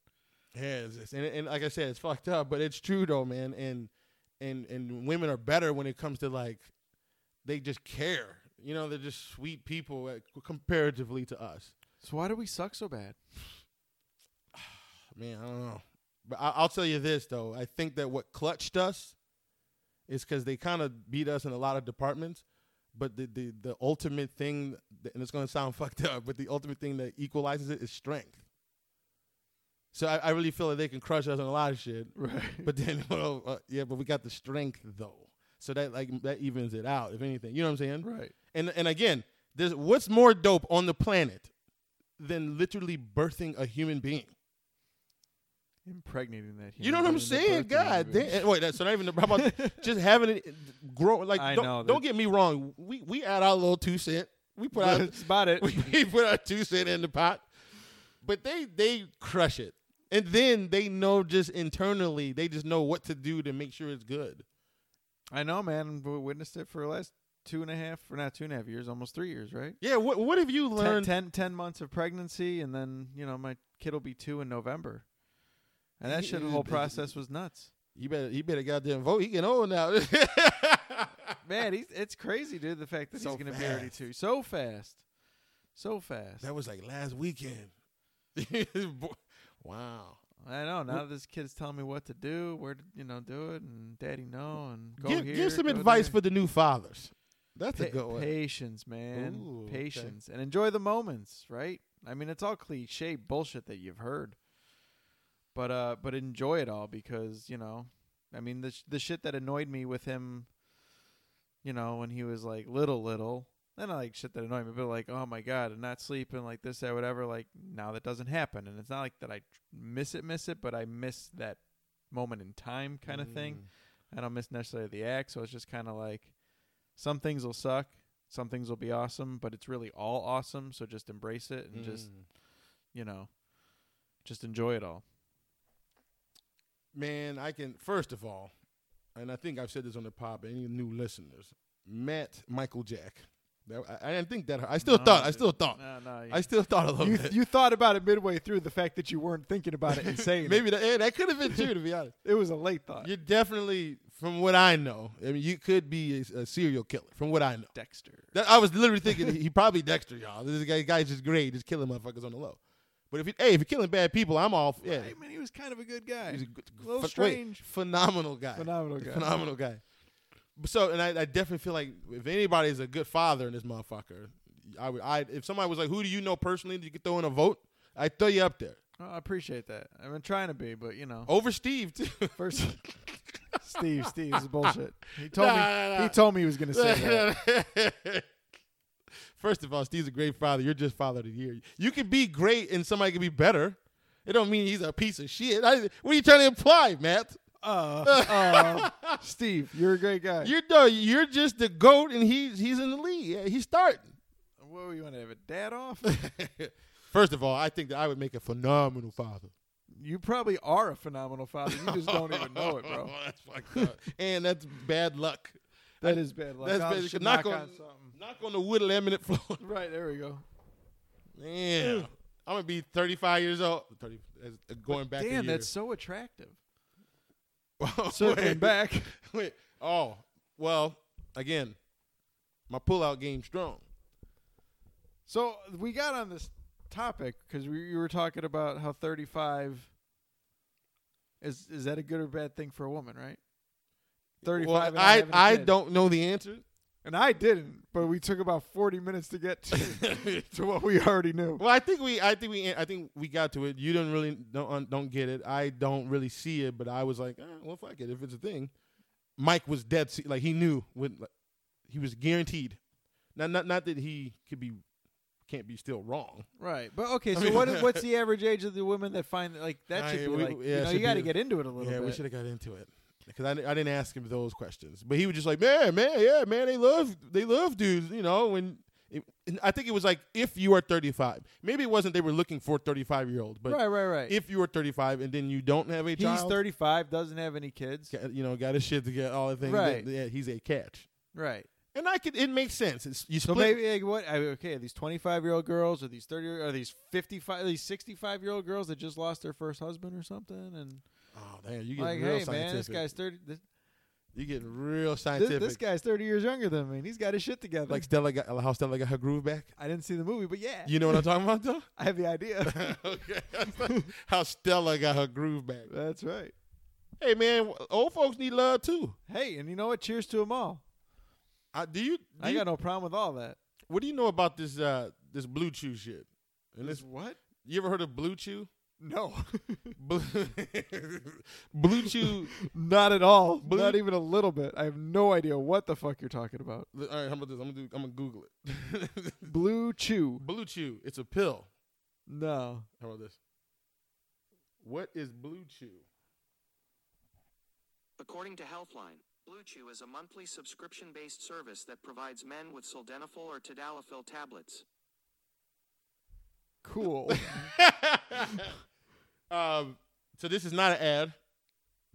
Yeah, it's, it's- and, and like I said, it's fucked up, but it's true though, man. And and and women are better when it comes to like they just care. You know, they're just sweet people uh, comparatively to us. So why do we suck so bad? Man, I don't know. But I, I'll tell you this though, I think that what clutched us is because they kind of beat us in a lot of departments. But the, the, the ultimate thing, that- and it's going to sound [laughs] fucked up, but the ultimate thing that equalizes it is strength. So I, I really feel that they can crush us on a lot of shit. [laughs] Right. [laughs] But then, [laughs] well, uh, yeah, but we got the strength though, so that like that evens it out, if anything. You know what I'm saying? Right. And and again, there's what's more dope on the planet than literally birthing a human being. Impregnating that. Human You know what I'm being, the saying? birthing God of it. [laughs] damn. [laughs] Wait, that's not even how about just having it uh, grow. Like, I don't, know, that- don't get me wrong. We we add our [laughs] little two cent. We put our [laughs] That's about it. we, we put our two cent in the pot. But they they crush it, and then they know just internally they just know what to do to make sure it's good. I know, man. We witnessed it for the last two and a half, or not two and a half years, almost three years, right? Yeah. What what have you Ten, learned? ten, ten months of pregnancy, and then you know my kid will be two in November, and that shit, the whole process was nuts. You better you better goddamn vote. He can own now. [laughs] Man, he's, it's crazy, dude. The fact that So he's gonna be already fast. two so fast, so fast. that was like last weekend. [laughs] Boy, wow. I know. Now this kid's telling me what to do, where to you know do it, and daddy no, and go give here. give some go advice there. for the new fathers. That's a Pa- good one. patience, man. Ooh, okay. patience, and enjoy the moments, right? I mean, it's all cliche bullshit that you've heard, but uh, but enjoy it all because you know, I mean, the sh- the shit that annoyed me with him, you know, when he was like little, little, then I like shit that annoyed me, but like, oh my god, and not sleeping, like this, that, whatever. Like now that doesn't happen, and it's not like that I tr- miss it, miss it, but I miss that moment in time kind of thing. Mm. I don't miss necessarily the act, so it's just kind of like some things will suck, some things will be awesome, but it's really all awesome. So just embrace it Mm. and just you know, just enjoy it all. Man, I can first of all, and I think I've said this on the pop. Any new listeners, Matt Michael Jack. That, I, I didn't think that. I still No, thought. I dude. still thought. No, no, you, Oh. I still thought a little you, bit. you thought about it midway through the fact that you weren't thinking about [laughs] it [laughs] and saying Maybe that, yeah, that could have been true. To be honest, it. it was a late thought. you're definitely, from what I know, I mean, you could be a, a serial killer. From what I know, [laughs] Dexter. That, I was literally thinking he, he probably Dexter, y'all. This guy, guy's just great, just killing motherfuckers on the low. But if you, hey, if you're killing bad people, I'm all yeah. Hey, man, he was kind of a good guy. He's a good- A little ph- wait, strange. phenomenal guy. Phenomenal guy. Phenomenal guy. But So, and I, I definitely feel like if anybody's a good father in this motherfucker, I would. I if somebody was like, "Who do you know personally that you could throw in a vote?" I throw you up there Well, Oh, I appreciate that. I've been trying to be, but you know, over Steve too. [laughs] first. Steve, Steve, this is bullshit. He told me. Nah, nah, nah. He told me he was going to say [laughs] that. First of all, Steve's a great father. You're just father of the year. You can be great and somebody can be better. It don't mean he's a piece of shit. I, what are you trying to imply, Matt? Uh, uh, [laughs] Steve, you're a great guy. You're no, you're just the goat, and he's he's in the lead. Yeah, He's [laughs] starting. What you want to have a dad off? First of all, I think that I would make a phenomenal father. you probably are a phenomenal father. You just don't even know it, bro. [laughs] that's fucked up. and that's bad luck. That is bad luck. That's I bad- should knock knock, on- on, something. Knock on the wood, laminate floor. [laughs] Right there we go. Damn, I'm gonna be 35 years old. 30, that's- going back. a Damn, year. that's so attractive. Wait. [laughs] Circling back. Wait. Oh, well, again, my pullout game strong. So we got on this topic because we, you were talking about how 35 is is that a good or bad thing for a woman, right? 35. Well, and I having a I kid. don't know the answer. [laughs] and I didn't, but we took about 40 minutes to [laughs] get to, to what we already knew. Well, I think we I think we I think we got to it. You didn't really don't un- don't get it. I don't really see it, but I was like, eh, well, fuck it. If it's a thing, Mike was dead. se- Like he knew when like, he was guaranteed. Not not not that he could be can't be still wrong. Right, but okay. So mean- [laughs] what is, what's the average age of the women that find like that I- should be we- like yeah, you it know should you be- got to get into it a little Yeah, bit. we should have got into it because I, di- I didn't ask him those questions, but he was just like, man, man, yeah, man, they love they love dudes, you know. When it, and I think it was like if you are 35, maybe it wasn't they were looking for 35 year olds, but right, right, right. if you are 35 and then you don't have a he's child, 35, doesn't have any kids. got- you know, got his shit together, all the things. Right. that- yeah, he's a catch, Right. and I could it makes sense. It's you So split. maybe like, what? I, okay, are these 25 year old girls, or these 30, are these 55, are these 65 year old girls that just lost their first husband or something, and oh damn, you get like, real hey scientific. man, this guy's 30. This, you get real this, scientific. this guy's 30 years younger than me, and he's got his shit together. like Stella got how Stella got her groove back. I didn't see the movie, but yeah, You know what I'm talking about though. I have [laughs] the idea. [laughs] okay. [laughs] How Stella got her groove back. That's right. Hey man, old folks need love too. Hey, and you know what? Cheers to them all. I, do you? do I you- got no problem with all that. what do you know about this uh this blue chew shit? And this, what? you ever heard of blue [laughs] chew? No, Blue, [laughs] blue chew. not at all. Blue- Not even a little bit. I have no idea what the fuck you're talking about. All right, how about this? I'm gonna do, I'm gonna Google it. [laughs] Blue Chew. blue chew. It's a pill. No. How about this? What is blue chew? According to Healthline, Blue Chew is a monthly subscription based service that provides men with sildenafil or tadalafil tablets. cool. [laughs] Um, so this is not an ad,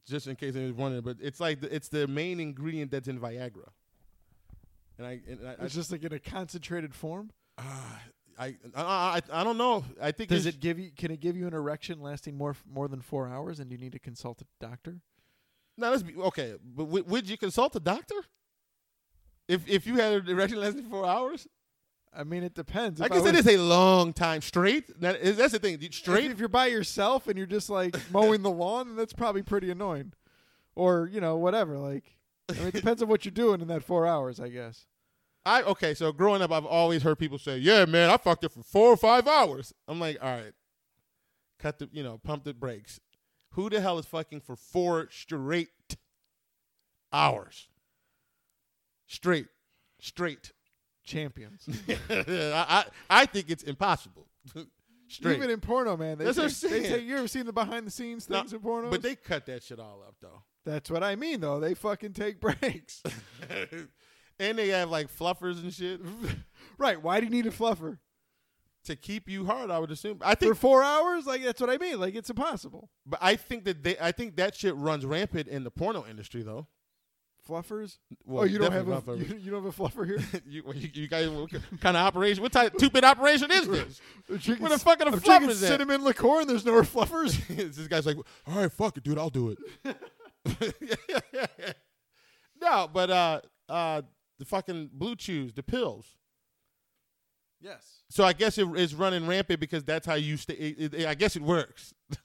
just in case anyone's wondering. But it's like the, it's the main ingredient that's in Viagra. And I, and [laughs] I, I, [laughs] it's just like in a concentrated form. [sighs] I, I, I, I don't know. I think Does it's- it give you? Can it give you an erection lasting more f- more than four hours, and you need to consult a doctor? No, let's be okay. But w- would you consult a doctor? If if you had an [laughs] erection lasting four hours, I mean, it depends. I If guess was- it is a long time straight. That is, that's the thing. You- if- Straight. If you're by yourself and you're just [laughs] like mowing the lawn, then that's probably pretty annoying, or you know, whatever. Like, I mean, it depends on what you're doing in that four hours, I guess. I okay. So growing up, I've always heard people say, "Yeah, man, I fucked it for four or five hours." I'm like, all right, cut the you know, pump the brakes. Who the hell is fucking for four straight hours? Straight, straight. [laughs] Champions. I, I I think it's impossible. [laughs] straight. Even in porno, man. They That's what I'm take- they saying. take- you ever seen the behind the scenes No, things in porno? But they cut that shit all up though. [laughs] That's what I mean, though. They fucking take [laughs] breaks. and they have like fluffers and shit [laughs] right. Why do you need a fluffer? to keep you hard. I would assume. I [laughs] For think, four hours? Like, that's what I mean. Like, it's impossible. but I think that they, I think that shit runs rampant in the porno industry though. Fluffers? Well, oh, you don't have definitely a fluffer. you, you don't have a fluffer [laughs] here. [laughs] you, well, you, you guys, [laughs] what kind of operation? What type of two bit operation is this? [laughs] I'm drinking Where the c- fuck are the I'm drinking fluffers at? Cinnamon liqueur, and there's no fluffers. this guy's like, all right, fuck it, dude, I'll do it. [laughs] no, but uh, uh, the fucking blue chews, the pills. yes. So I guess it is running rampant because that's how you stay. It, it, I guess it works. [laughs]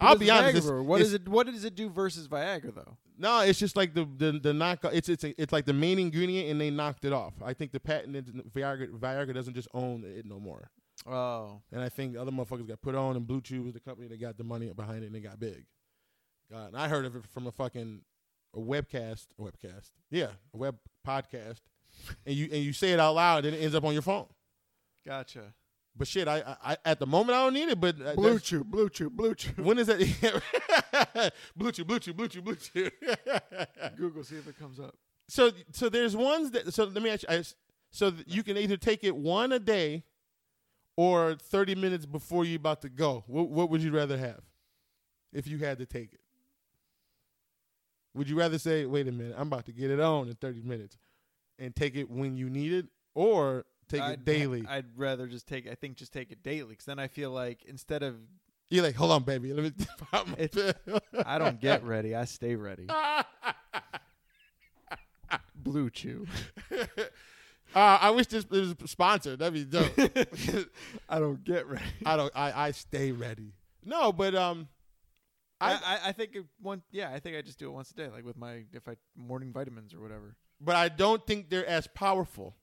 I'll be honest. It's, Viagra, what it's, does it? What does it do versus Viagra though? No, it's just like the the, the knock. It's it's it's like the main ingredient, and they knocked it off. I think the patent is- Viagra Viagra doesn't just own it no more. Oh, And I think other motherfuckers got put on, and Blue Chew was the company that got the money behind it, and it got big. God, and I heard of it from a fucking a webcast, a webcast, yeah, a web [laughs] podcast, and you and you say it out loud, and it ends up on your phone. gotcha. But shit, I, I, I at the moment I don't need it, but uh, Blue that's- chew, blue chew, blue chew. When is that? [laughs] blue chew, blue chew, blue chew, blue chew. [laughs] [laughs] Google, see if it comes up. so, so there's ones that. So let me ask you. I, so th- you can either take it one a day, or 30 minutes before you're about to go. What, what would you rather have, if you had to take it? Would you rather say, "Wait a minute, I'm about to get it on in 30 minutes," and take it when you need it, or take it daily? I'd rather just take. I think just take it daily, because then I feel like instead of you're like, "Hold on, baby, let me." [laughs] pop my Uh, It's- pill." I [laughs] don't [laughs] get ready, I stay ready. blue [laughs] chew. Uh, I wish this was sponsored. That'd be dope. I don't get ready. I don't. I, I stay ready. No, but um, I, I, I, I think it one. Yeah, I think I just do it once a day, like with my if I morning vitamins or whatever. but I don't think they're as powerful.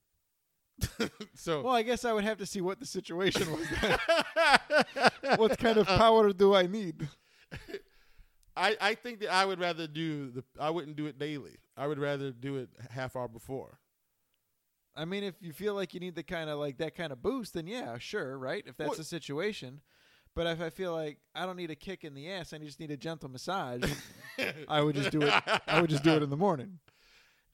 [laughs] so Well, I guess I would have to see what the situation was. [laughs] then. what kind of power do I need? [laughs] I, I think that I would rather do the. I wouldn't do it daily. I would rather do it half hour before. I mean, if you feel like you need the kind of like that kind of boost, then yeah, sure, right? If that's Well- the situation. But if I feel like I don't need a kick in the ass, I just need a gentle massage, I would just do it. I would just do it in the morning.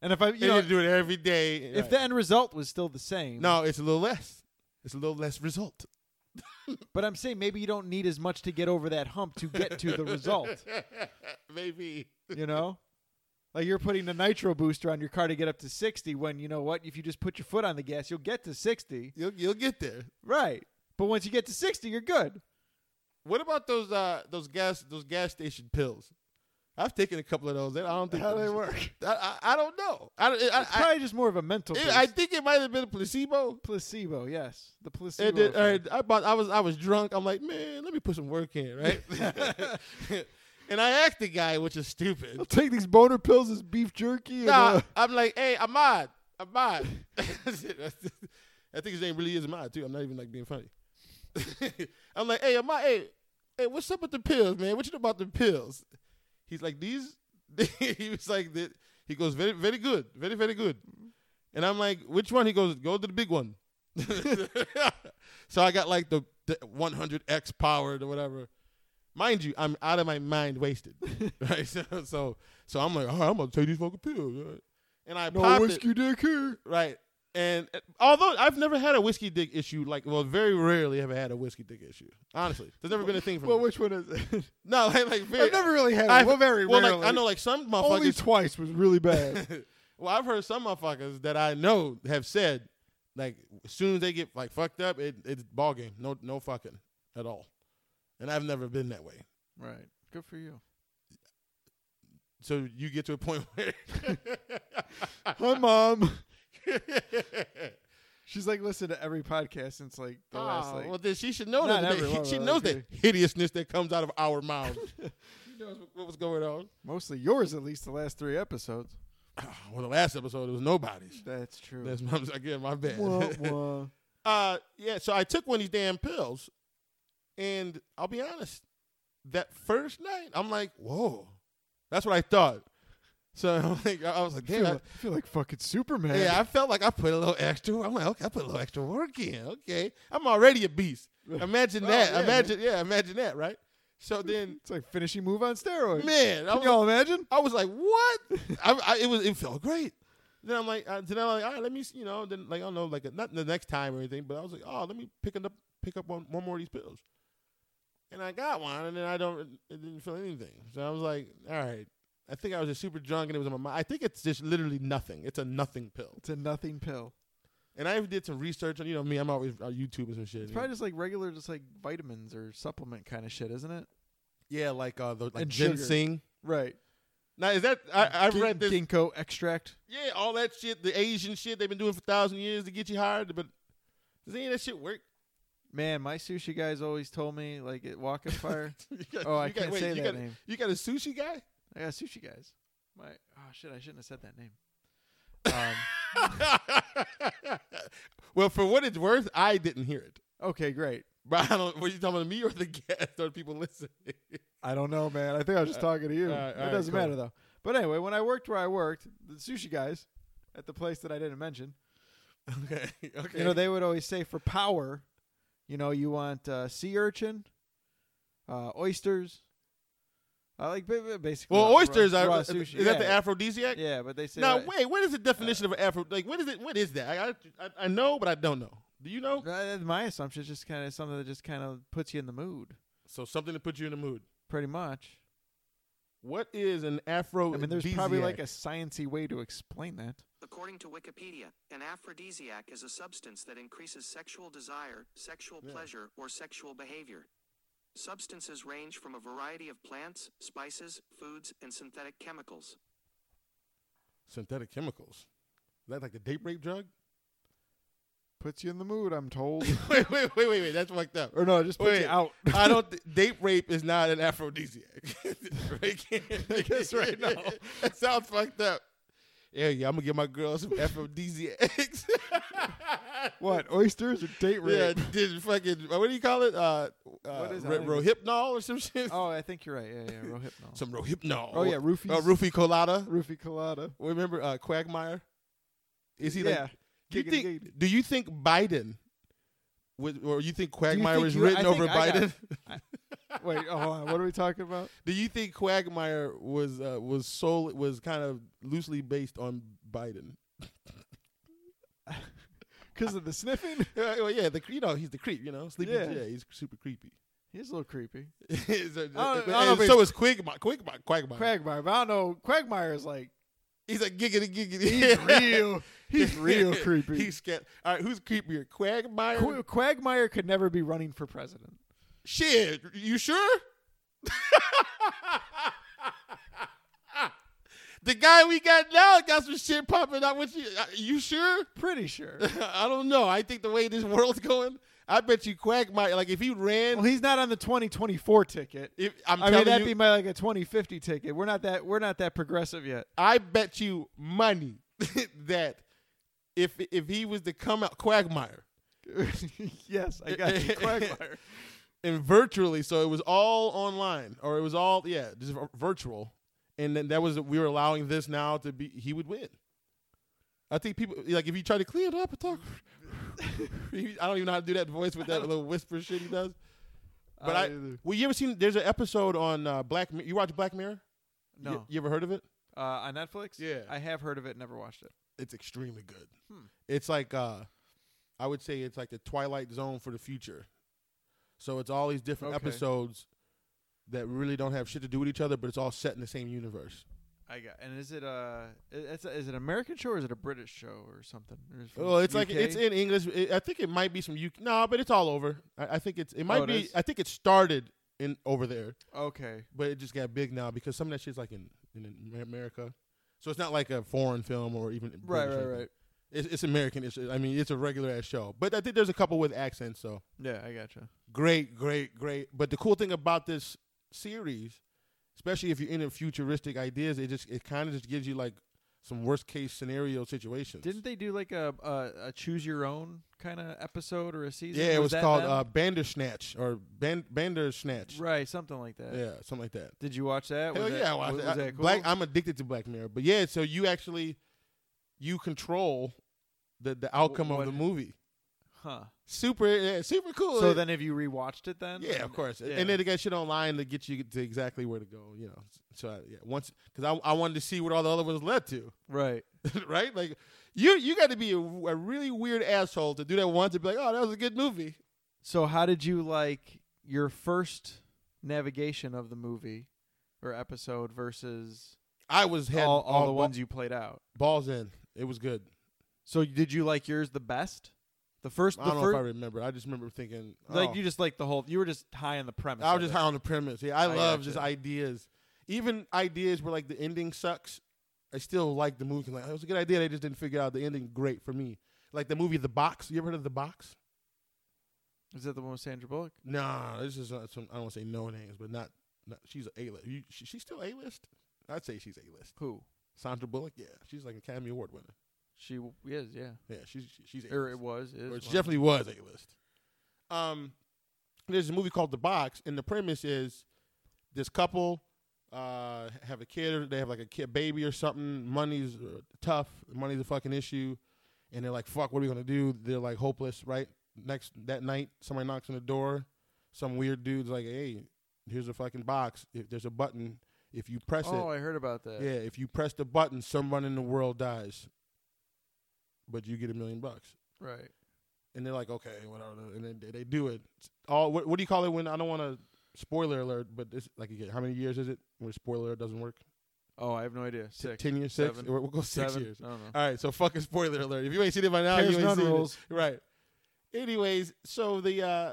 And if I, you You know, need to do it every day. if Right. the end result was still the same, no, it's a little less. It's a little less result. But I'm saying maybe you don't need as much to get over that hump to get [laughs] to the result. [laughs] Maybe. You know, like you're putting a nitro booster on your car to get up to 60. When you know what, if you just put your foot on the gas, you'll get to 60. You'll you'll get there. Right. But once you get to 60, you're good. What about those uh those gas those gas station pills? I've taken a couple of those. and I don't think How they work? I, I, I don't know. I don't- I, It's I, probably just more of a mental I, boost. I think it might have been a placebo. placebo, yes, the placebo. And then, all right, effect. I, bought, I was I was drunk. I'm like, man, let me put some work in, right? [laughs] and I asked the guy, which is stupid. I'll take these boner pills as beef jerky. And, Nah, uh, I'm like, hey, Ahmad, [laughs] Ahmad. I think his name really is Ahmad too. I'm not even like being funny. [laughs] I'm like, hey, Ahmad, hey, hey, what's up with the pills, man? What you know about the pills? He's like, these. [laughs] he was like, that. he goes very, very good, very, very good. And I'm like, which one? He goes, go to the big one. [laughs] so I got like the, the 100x powered or whatever. Mind you, I'm out of my mind wasted, [laughs] right? So, so, so I'm like, all right, I'm gonna take these fucking pills, right? and I no popped it. whiskey dick here. Right. And uh, although I've never had a whiskey dick issue, like well, very rarely have I had a whiskey dick issue. Honestly, there's never been a thing for Well, me. which one [laughs] is it? [laughs] No, like, like very, I've never really had I've- it. Well, very well, rarely. like I know, like some motherfuckers. Only twice was really [laughs] bad. [laughs] well, I've heard some motherfuckers that I know have said, like, as soon as they get like fucked up, it, it's ball game. No, no fucking at all. And I've never been that way. right. Good for you. So you get to a point [laughs] where, Hi, mom. [laughs] She's like listened to every podcast since like the last Ah, like. well, then she should know [laughs] Not that. every one, she but knows okay. that hideousness that comes out of our mouths. [laughs] she knows what was going on. mostly yours at least the last three episodes. [sighs] Well, the last episode it was nobody's. That's true. That's my again my bad. [laughs] Wah, [laughs] wah. uh yeah so i took one of these damn pills and i'll be honest that first night i'm like whoa that's what i thought so [laughs] I'm like, i was like I, feel damn I, like, I feel like fucking Superman. yeah [laughs] i felt like i put a little extra i'm like okay i put a little extra work in okay i'm already a beast [laughs] imagine Oh, that yeah, imagine yeah imagine that right so then it's like finishing move on steroids. man I Can was, y'all imagine? I was like what I, I, it was it felt great then I'm like, uh, then I'm like, all right, let me, s- you know, then like I don't know, like not the next time or anything, but I was like, oh, let me pick it up, pick up one, one more of these pills, and I got one, and then I don't, it didn't feel anything, so I was like, all right, I think I was just super drunk and it was on my mind. I think it's just literally nothing. It's a nothing pill, It's a nothing pill. and I even did some research on, you know, me, I'm always on YouTube and some shit. It's probably just like regular, just like vitamins or supplement kind of shit, isn't it? yeah, like uh, the like And sugar. ginseng. Right. Now is that I, I Gin- read this? ginkgo extract. Yeah, all that shit, the Asian shit they've been doing for thousand years to get you hired, but does any of that shit work? Man, my sushi guys always told me like at Walk and Fire. [laughs] You got- Oh, I you got- can't wait, say you that got, name. You got a sushi guy? [laughs] I got sushi guys. My oh shit, I shouldn't have said that name. [laughs] Um, well, for what it's worth, I didn't hear it. okay, great. But I don't. Were you talking about me or the [laughs] guest or the people listening? [laughs] I don't know, man. I think I was just talking to you. Uh, all right, it all right, doesn't cool. matter though. But anyway, when I worked where I worked, the sushi guys at the place that I didn't mention, okay. Okay. you know, they would always say for power, you know, you want uh, sea urchin, uh, oysters. I like ba- ba- basically. well, raw- oysters raw, are. raw is sushi. that the Yeah. aphrodisiac? Yeah, but they say Now that- Uh, wait, what is the definition of an afro? Like, what is it? What is that? I, I I know, but I don't know. Do you know? Uh, my assumption is just kind of something that just kind of puts you in the mood, So something to put you in the mood. pretty much. What is an afro? I mean, there's probably like a sciency way to explain that. According to Wikipedia, an aphrodisiac is a substance that increases sexual desire, sexual pleasure, or sexual behavior. Substances range from a variety of plants, spices, foods, and synthetic chemicals. synthetic chemicals. Is that like the date rape drug? Puts you in the mood, I'm told. [laughs] wait, wait, wait, wait, wait. That's fucked up. [laughs] or no, it just puts you out. I [laughs] don't. Th- date rape is not an aphrodisiac. [laughs] right? [laughs] I guess right now. that sounds fucked up. Yeah, yeah. I'm gonna give my girl some [laughs] aphrodisiacs. what oysters or date yeah, [laughs] rape? did fucking what do you call it? Uh, uh What is it? ro- I don't even- Rohypnol or some shit. Oh, I think you're right. Yeah, yeah, Rohypnol. Some Rohypnol. Oh, yeah, roofies. Uh, roofie colada. Roofie colada. Remember uh, Quagmire? Is he Yeah. like? Do you Giggity, think? giggity. Do you think Biden? Would, or you think Do you Quagmire think was you- I written think over I [laughs] got- Biden? [laughs] I- wait, oh, hold on. What are we talking about? Do you think Quagmire was uh, was soul was kind of loosely based on Biden? Because of the sniffing? Yeah, Uh, well, yeah, the cre- you know he's the creep, you know, sleepy. Yeah. Yeah, he's super creepy. [laughs] He's a little creepy. so, I and don't know if so he's- is Quagmire. Quagmire. Quagmire. Quagmire. But I don't know. Quagmire is like, he's a giggity giggity. [laughs] he's real. He's real creepy. he's scared. All right, who's creepier, Quagmire? Qu- Quagmire could never be running for president. Shit, you sure? [laughs] the guy we got now got some shit popping out. With you, Uh, you sure? [laughs] Pretty sure. I don't know. I think the way this world's going, I bet you Quagmire, like if he ran, Well, he's not on the 2024 ticket. if, I'm I mean, telling that'd you, be my like a 2050 ticket. We're not that we're not that progressive yet. I bet you money [laughs] that if if he was to come out Quagmire [laughs] yes, I got [laughs] you. Quagmire. and virtually, so it was all online or it was all yeah, just vir- virtual, and then that was we were allowing this now to be he would win. I think people like if you try to clean it up and talk. [laughs] I don't even know how to do that voice with that little whisper shit he does. But [laughs] I, either. well, you ever seen? There's an episode on uh, Black. Mir- You watch Black Mirror? You, no you ever heard of it? uh, on Netflix. Yeah. I have heard of it. Never watched it. it's extremely good. Hmm. It's like uh, I would say it's like the Twilight Zone for the future. So it's all these different Okay. episodes that really don't have shit to do with each other, but it's all set in the same universe. I got. And is it a it's a, is it an American show or is it a British show or something? Or is it from Well, Oh, it's like UK? it's in English. It, I think it might be some UK. No, but it's all over. I, I think it's it might Oh, it be. is? I think it started in over there, okay. but it just got big now because some of that shit's like in in Amer- America. So it's not like a foreign film or even Right, British or right, anything. right. It's, it's American. It's, I mean, it's a regular ass show. But I think there's a couple with accents. So Yeah, I gotcha. great, great, great. But the cool thing about this series, especially if you're into futuristic ideas, it just it kind of just gives you like some worst case scenario situations. Didn't they do like a a, a choose your own kind of episode or a season? yeah, it was that called them? uh, Bandersnatch or Band- Bandersnatch. right something like that. Yeah, something like that. Did you watch that? Hell Was that- yeah, I watched was, it. was I- that cool? Black. I'm addicted to Black Mirror. But yeah, so you actually you control the the outcome what- of the movie. huh. Super, yeah, super cool. So Oh, It- then, have you rewatched it then? Yeah, of course. Yeah. And then they got shit online to get you to exactly where to go. You know, so I, yeah, once because I, I wanted to see what all the other ones led to, [laughs] right. right? Like you you got to be a, a really weird asshole to do that once and be like, oh, that was a good movie. So how did you like your first navigation of the movie or episode versus I was had all, all the ba- ones you played out? balls in. It was good. So did you like yours the best? The first, the I don't know if I first, remember. I just remember thinking, like oh. you just like the whole. You were just high on the premise. I was of just it. high on the premise. Yeah, I, I love just gotcha. ideas, even ideas where like the ending sucks. I still like the movie. 'cause, Like "Oh, it was a good idea. They just didn't figure out the ending. Great for me. Like the movie The Box. You ever heard of The Box? Is that the one with Sandra Bullock? Nah, this is uh, some. I don't want to say no names, but not. not she's a list. She, she's still a list. I'd say she's a list. Who? Sandra Bullock. Yeah, she's like an Academy Award winner. She w- is, yeah. Yeah, she's she's a Or it was. Is Or one. she definitely was a list. Um, there's a movie called The Box, and the premise is this couple uh, have a kid, or they have like a kid, baby or something. Money's uh, tough, money's a fucking issue, and they're like, "Fuck, what are we gonna do?" They're like hopeless, right? Next that night, somebody knocks on the door. Some weird dude's like, "Hey, here's a fucking box. If there's a button, if you press Oh, it, I heard about that. yeah, if you press the button, someone in the world dies, but you get a million bucks." Right. and they're like, okay, whatever, and then they, they do it. It's All what, what do you call it when I don't want to spoiler alert, but this like again, how many years is it when spoiler alert doesn't work? Oh, I have no idea. T- Six. ten years, six. seven, We'll we'll go six seven? years. I don't know. All right, so fucking spoiler alert. If you ain't seen it by now, There's you ain't none seen rules. it. Right. Anyways, so the uh,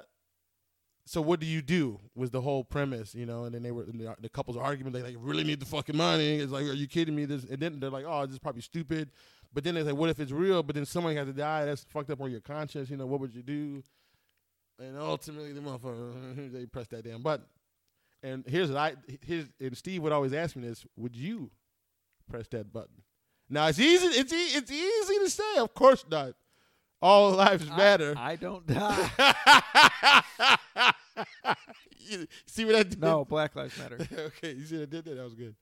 so what do you do was the whole premise, you know? And then they were and the, the couple's argument. They like really need the fucking money. It's like, are you kidding me? This and then they're like, oh, this is probably stupid. But then it's like, what if it's real? But then someone has to die. That's fucked up on your conscience. You know, what would you do? And ultimately, the motherfucker [laughs] they press that damn button. And here's what I here's and Steve would always ask me this: Would you press that button? Now it's easy. It's e- it's easy to say. Of course not. All lives matter. I don't [laughs] [laughs] die. You see what I did? no, Black Lives Matter. [laughs] okay, you see what I did there? That was good.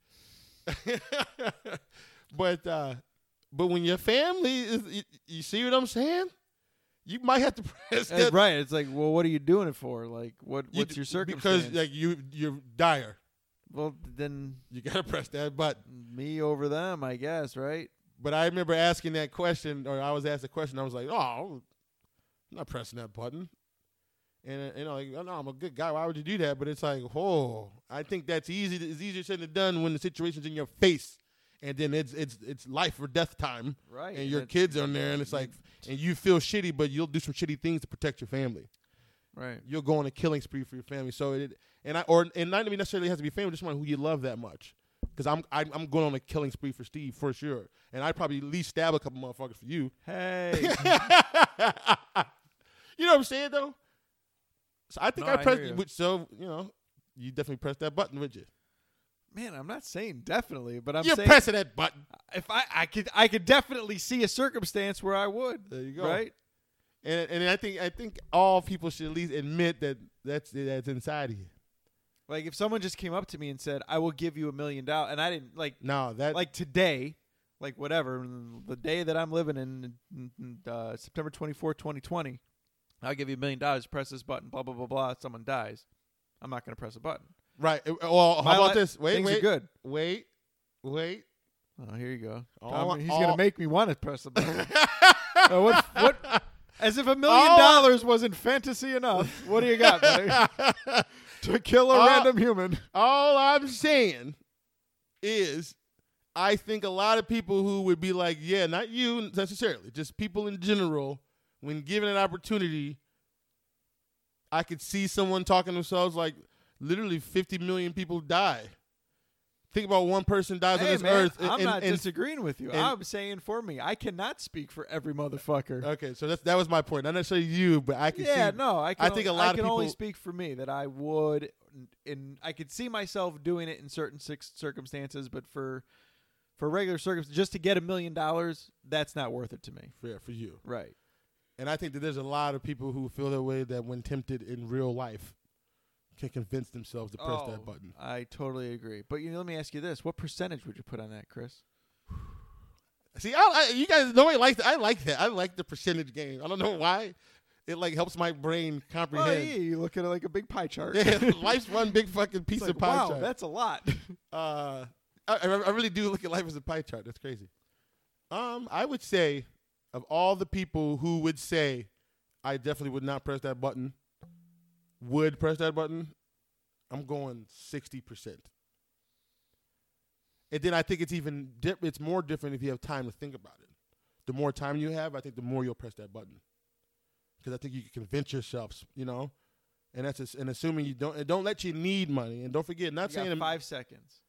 [laughs] but uh, but when your family is, you, you see what I'm saying? You might have to [laughs] press Eh, that. right. It's like, well, what are you doing it for? Like, what? You what's d- your circumstance? [laughs] Because like you you're dire. well, then You gotta press that button. me over them, I guess. Right. But I remember asking that question, or I was asked a question. I was like, "Oh, I'm not pressing that button." And uh, you know, like, oh, no, I'm a good guy. Why would you do that? But it's like, oh, I think that's easy. It's easier said than done when the situation's in your face, and then it's it's it's life or death time. Right, And and your it's- kids on there, and it's like, and you feel shitty, but you'll do some shitty things to protect your family. Right. You'll go on a killing spree for your family. So it and I or and not even necessarily has to be family, just someone who you love that much. Because I'm, I'm I'm going on a killing spree for Steve for sure, and I probably at least stab a couple motherfuckers for you. [laughs] Hey. You know what I'm saying though? So I think No, I I pressed hear you. which so you know you definitely pressed that button, would you? [laughs] Man, I'm not saying definitely, but I'm You're saying pressing that button, if I, I could I could definitely see a circumstance where I would. There you go. Right. and and I think I think all people should at least admit that that's that's inside of you. Like if someone just came up to me and said, "I will give you a million dollars," and I didn't like No, that like today, like whatever, the day that I'm living in, uh, September 24, 2020, I'll give you a million dollars, press this button, blah, blah, blah, blah, someone dies. I'm not going to press a button. Right. uh, Well, My how about li- this? Wait, things are wait. good. Wait, wait. Oh, here you go. All- Tommy, he's all- gonna make me want to press [laughs] the button. Uh, what, what? As if a million All- dollars wasn't fantasy enough. What do you got, [laughs] buddy? to kill a All- random human. All I'm saying is, I think a lot of people who would be like, yeah, not you necessarily, just people in general, when given an opportunity, I could see someone talking to themselves like, literally 50 million people die. Think about one person dies on Hey, this man, earth. and- I'm and- not and- disagreeing with you. and- I'm saying for me, I cannot speak for every motherfucker. okay, so that's, that was my point. Not necessarily you, but I could yeah, see. no, I can. I think only- a lot of I can only people- speak for me that I would, and I could see myself doing it in certain six circumstances, but for for regular circumstances, just to get a million dollars, that's not worth it to me. Yeah, for you. Right. And I think that there's a lot of people who feel that way that when tempted in real life can convince themselves to press that button. Oh, I totally agree. But you know, let me ask you this: What percentage would you put on that, Chris? See, I, I, you guys, nobody likes that. I like that. I like the percentage game. I don't know why. It like helps my brain Well, Oh, yeah, comprehend. you look at it like a big pie [laughs] [laughs] chart. yeah, life's one big fucking piece It's like, of pie wow, chart. that's a [laughs] lot. uh, I, I I really do look at life as a pie chart. That's crazy. Um, I would say, of all the people who would say, I definitely would not press that button, would press that button, I'm going sixty percent. And then I think it's even di- it's more different if you have time to think about it. The more time you have, I think the more you'll press that button, because I think you can convince yourselves, you know. And that's just, and assuming you don't and don't let you need money. And don't forget, not You saying got five seconds.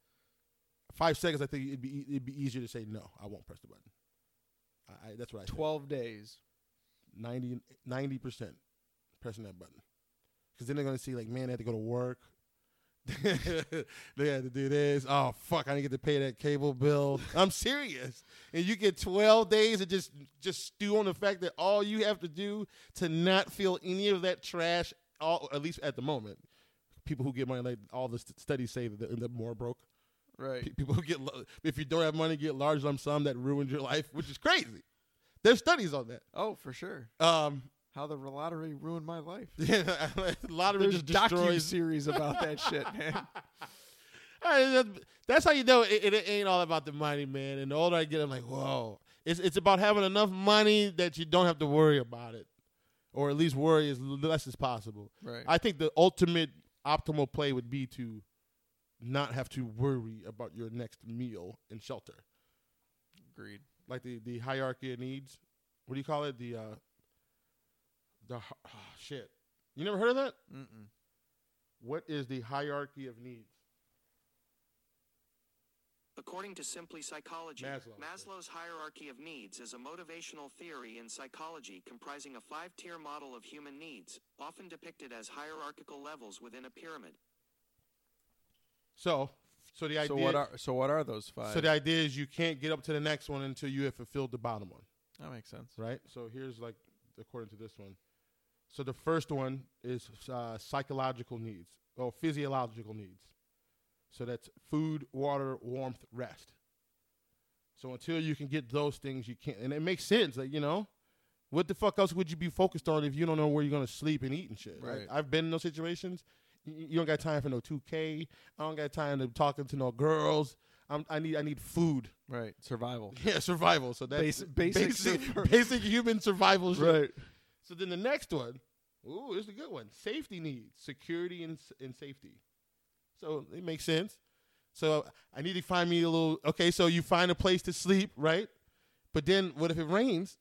five seconds, I think it'd be it'd be easier to say no. I won't press the button. I, I, that's what I think. Twelve days. 90 percent pressing that button, because then they're gonna see like, man, they had to go to work. [laughs] they had to do this. Oh fuck, I didn't get to pay that cable bill. I'm serious. And you get 12 days to just just stew on the fact that all you have to do to not feel any of that trash, all, at least at the moment. People who get money, like all the st- studies say that they end up more broke. Right. Pe- [laughs] People who get lo- if you don't have money, get large lump sum that ruins your life, which is crazy. There's studies on that. Oh, for sure. Um, [laughs] How the lottery ruined my life. yeah, lottery There's just docu destroys. series about that shit, man. All right, that- That's how you know it, it ain't all about the money, man. And the older I get, I'm like, whoa. It's it's about having enough money that you don't have to worry about it, or at least worry as less as possible. Right. I think the ultimate optimal play would be to not have to worry about your next meal and shelter. Agreed. like the the hierarchy of needs. What do you call it? The uh, the hi- ah, shit. You never heard of that? Mm-mm. What is the hierarchy of needs? According to Simply Psychology, Maslow. Maslow's hierarchy of needs is a motivational theory in psychology comprising a five tier model of human needs, often depicted as hierarchical levels within a pyramid. So, so the idea. So what are so what are those five? so the idea is you can't get up to the next one until you have fulfilled the bottom one, that makes sense. right? So here's like according to this one. So the first one is uh, psychological needs or physiological needs. So that's food, water, warmth, rest. So until you can get those things, you can't. And it makes sense, like you know, what the fuck else would you be focused on if you don't know where you're gonna sleep and eat and shit? Like, Right. I've been in those situations. Y- y- You don't got time for no 2K. I don't got time to talking to no girls. I'm, I need I need food. [laughs] Right. Survival. Yeah, survival. So that's Basi- basic survival. [laughs] [laughs] basic, basic human survival shit. So then the next one, ooh, this is a good one. Safety needs, security and, s- and safety. So it makes sense. So I need to find me a little. Okay, so you find a place to sleep, right? But then what if it rains?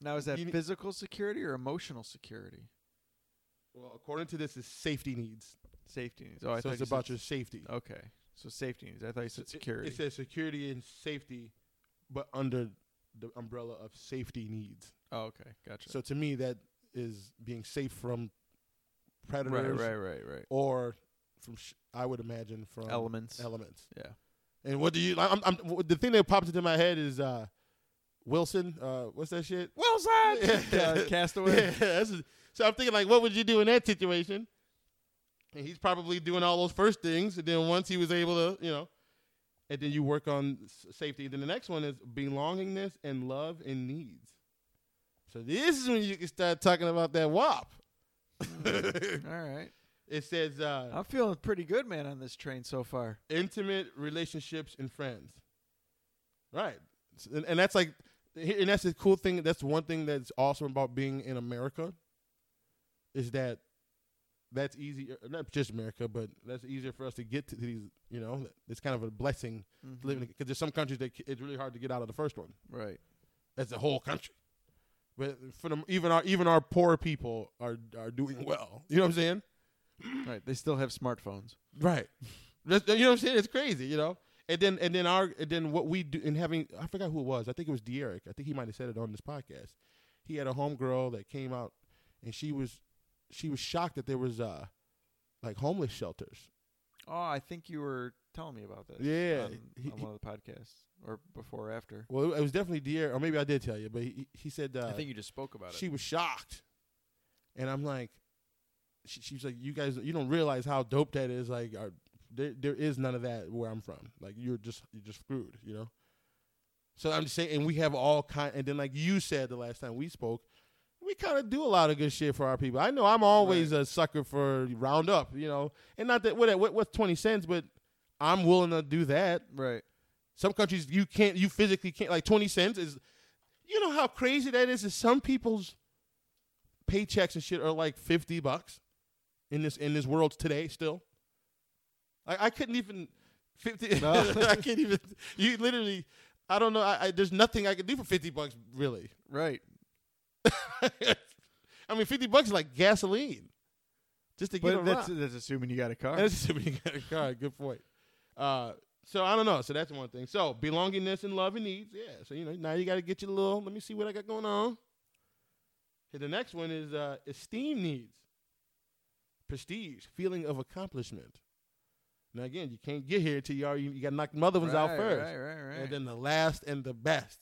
Now is that You ne- physical security or emotional security? Well, according to this, it's safety needs. Safety needs. Oh, I so thought it's you about said, your safety. Okay. So safety needs. I thought you So said it- security. It, says security and safety, but under the umbrella of safety needs. oh, okay. Gotcha. So to me, that is being safe from predators right, right, right, right. or from sh- I would imagine from Elements. elements. yeah. And what do you? I'm, I'm w- the thing that pops into my head is uh, Wilson. Uh, what's that shit? Wilson. [laughs] [laughs] uh, castaway. Yeah, that's a- so I'm thinking like, what would you do in that situation? And he's probably doing all those first things, and then once he was able to, you know, and then you work on s- safety. Then the next one is belongingness and love and needs. So this is when you can start talking about that WAP. [laughs] it All right. says uh, I'm feeling pretty good, man, on this train so far. intimate relationships and friends. Right. S- And, and that's like, and that's the cool thing. That's one thing that's awesome about being in America is that that's easier, not just America, but that's easier for us to get to these, you know, it's kind of a blessing to live in, because there's some countries that c- it's really hard to get out of the first one. Right. That's the whole country. But for them, even our even our poor people are are doing well. You know what I'm saying? Right. They still have smartphones. Right. That's, you know what I'm saying? It's crazy, you know. And then and then our and then what we do and having I forgot who it was. I think it was Derek. I think he might have said it on this podcast. He had a homegirl that came out and she was she was shocked that there was uh like homeless shelters. Oh, I think you were telling me about this. Yeah, On, he- on he- one of the podcasts or before or after. Well, it was definitely Derek, or maybe I did tell you, but he he said uh, I think you just spoke about she was shocked, and I'm like, she, she was like, you guys, you don't realize how dope that is. Like, our, there there is none of that where I'm from. Like, you're just you're just screwed, you know. So I'm just saying, and we have all kind, and then like you said the last time we spoke, we kind of do a lot of good shit for our people. I know I'm always a sucker for Roundup, you know, and not that what what what's twenty cents, but I'm willing to do that. it. Right. Some countries you can't, you physically can't. Like twenty cents is, you know how crazy that is. Is some people's paychecks and shit are like fifty bucks in this in this world today still. I, I couldn't even fifty. No. [laughs] I can't even. You literally, I don't know. I, I there's nothing I could do for fifty bucks really. [laughs] Right. I mean, fifty bucks is like gasoline, just to get But around. that's, that's assuming you got a car. That's assuming you got a car. Good [laughs] point. Uh, so I don't know. So that's one thing. So belongingness and love and needs. Yeah. So you know now you got to get your little. Let me see what I got going on. Okay, the next one is uh, esteem needs, prestige, feeling of accomplishment. Now again, you can't get here until you already you got to knock them other ones out Right, first, Right, right, Oh. right. and then the last and the best.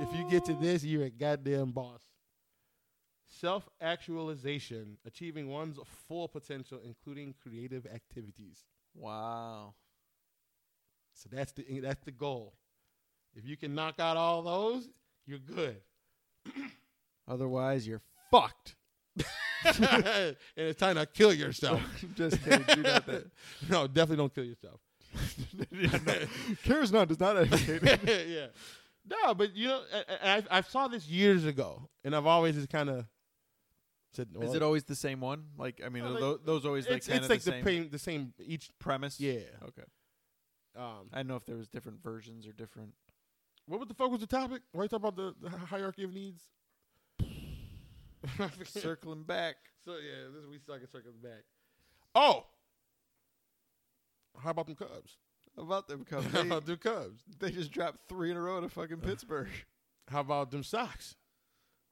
If you get to this, you're a goddamn boss. Self actualization, achieving one's full potential, including creative activities. wow. So that's the that's the goal. If you can knock out all those, you're good. [laughs] Otherwise, you're [laughs] fucked. and it's time to kill [laughs] yourself. just kidding. Do not [laughs] that. no, definitely don't kill [laughs] yourself. Cares not does not advocate. [laughs] yeah. No, but you know, I- I, I, I saw this years ago, and I've always just kind of said, [laughs] Is well, it always the same one? Like, I mean, No, are like, tho- those always like it's, kind it's of like the, the, same same, the same each. premise. Yeah. Okay. Um, I didn't know if there was different versions [laughs] or different. What was the fuck was the topic? Why you talking about the, the hi- hierarchy of needs? [laughs] I forget. Circling back. so yeah, this we stuck in circles back. Oh, how about them Cubs? [laughs] About them Cubs. How They, about them Cubs? [laughs] they just dropped three in a row [laughs] to fucking Pittsburgh. How about them Sox?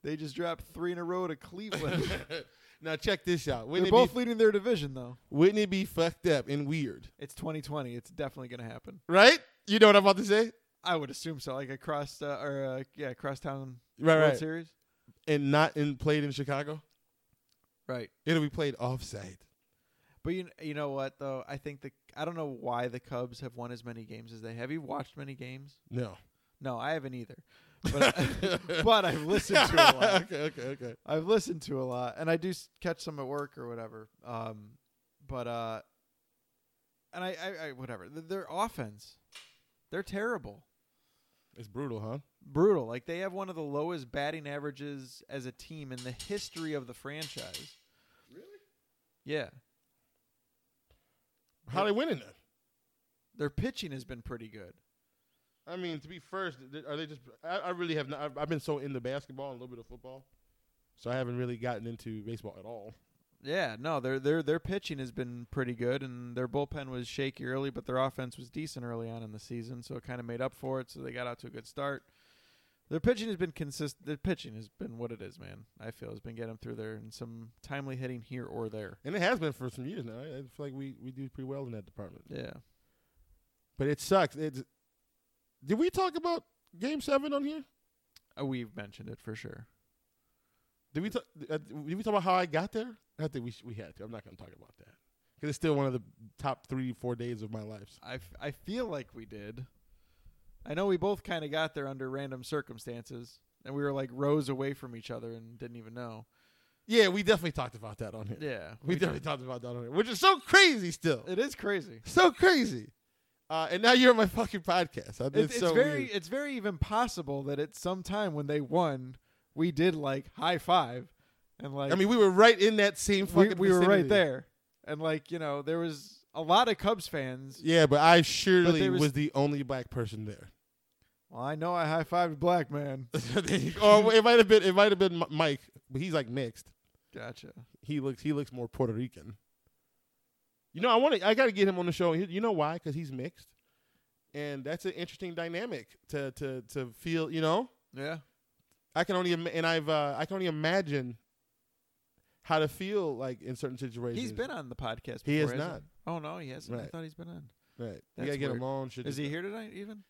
They just dropped three in a row to Cleveland. [laughs] [laughs] now check this out. They're Wouldn't it, both be, leading their division, though. wouldn't it be fucked up and weird, It's 2020. It's definitely going to happen. right? You know what I'm about to say, I would assume so. Like across, uh, or uh, yeah, crosstown right? World Right. Series. And not in played in Chicago. Right. It'll be played offsite. But you you know what though? I think the I don't know why the Cubs have won as many games as they have. You watched many games? No. No, I haven't either. [laughs] But, I, but [laughs] I've listened to a lot. okay, okay, okay. I've listened to a lot, and I do s- catch some at work or whatever. Um, but uh, and I, I, I whatever Th- their offense, they're terrible, It's brutal, huh? brutal. Like they have one of the lowest batting averages as a team in the history of the franchise. Really? Yeah, How they winning then? their pitching has been pretty good. I mean, to be first, th- are they just? I, I really have not. I've, I've been so into basketball and a little bit of football, so I haven't really gotten into baseball at all. Yeah, no, their their their pitching has been pretty good, and their bullpen was shaky early, but their offense was decent early on in the season, so it kind of made up for it. So they got out to a good start. Their pitching has been consistent. Their pitching has been what it is, man. I feel has been getting them through there, and some timely hitting here or there. And it has been for some years now. I I feel like we we do pretty well in that department. Yeah, But it sucks. It's. Did we talk about Game Seven on here? Uh, we've mentioned it for sure. Did we talk? Uh, did we talk about how I got there? I think we sh- we had to. I'm not going to talk about that because it's still one of the top three four days of my life. I, f- I feel like we did. I know we both kind of got there under random circumstances, and we were like rows away from each other and didn't even know. Yeah, we definitely talked about that on here. Yeah, we, definitely talked about that on here, which is [laughs] so crazy still. It is crazy. So crazy. Uh, and now you're on my fucking podcast. I did It's, it's so very weird. it's very even possible that at some time when they won, we did like high five, and like I mean, we were right in that same we, fucking. we were right vicinity. there, and like you know there was a lot of Cubs fans. Yeah, but I surely there was, was- the only black person there. [laughs] Well, I know I high fived a black man. [laughs] or it might have been it might have been M- Mike, but he's like mixed. Gotcha. He looks he looks more Puerto Rican. You know, I want to I got to get him on the show. You you know why? Cuz he's mixed. And that's an interesting dynamic to to to feel, you know? Yeah. I can only im- and I've uh, I can only imagine how to feel like in certain situations. He's been on the podcast. Before, He has hasn't Oh no, he hasn't. I Right. thought he's been on. right. We That's gotta get him weird. on. Should Is do he that. here tonight? Even.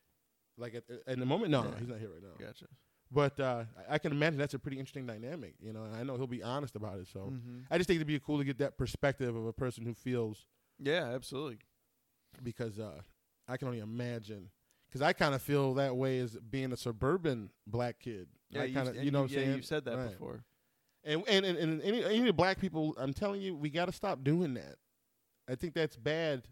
Like at, at the moment, no, no, Yeah. he's not here right now. Gotcha. But uh, I, I can imagine that's a pretty interesting dynamic, you know. And I know he'll be honest about it. So Mhm. I just think it'd be cool to get that perspective of a person who feels Yeah, absolutely. because uh, I can only imagine. Because I kind of feel that way as being a suburban black kid. Yeah, I you've- kinda, and you know, what I'm yeah, saying you've said that Right. before. And and and, and any, any black people, I'm telling you, we got to stop doing that. I think that's bad.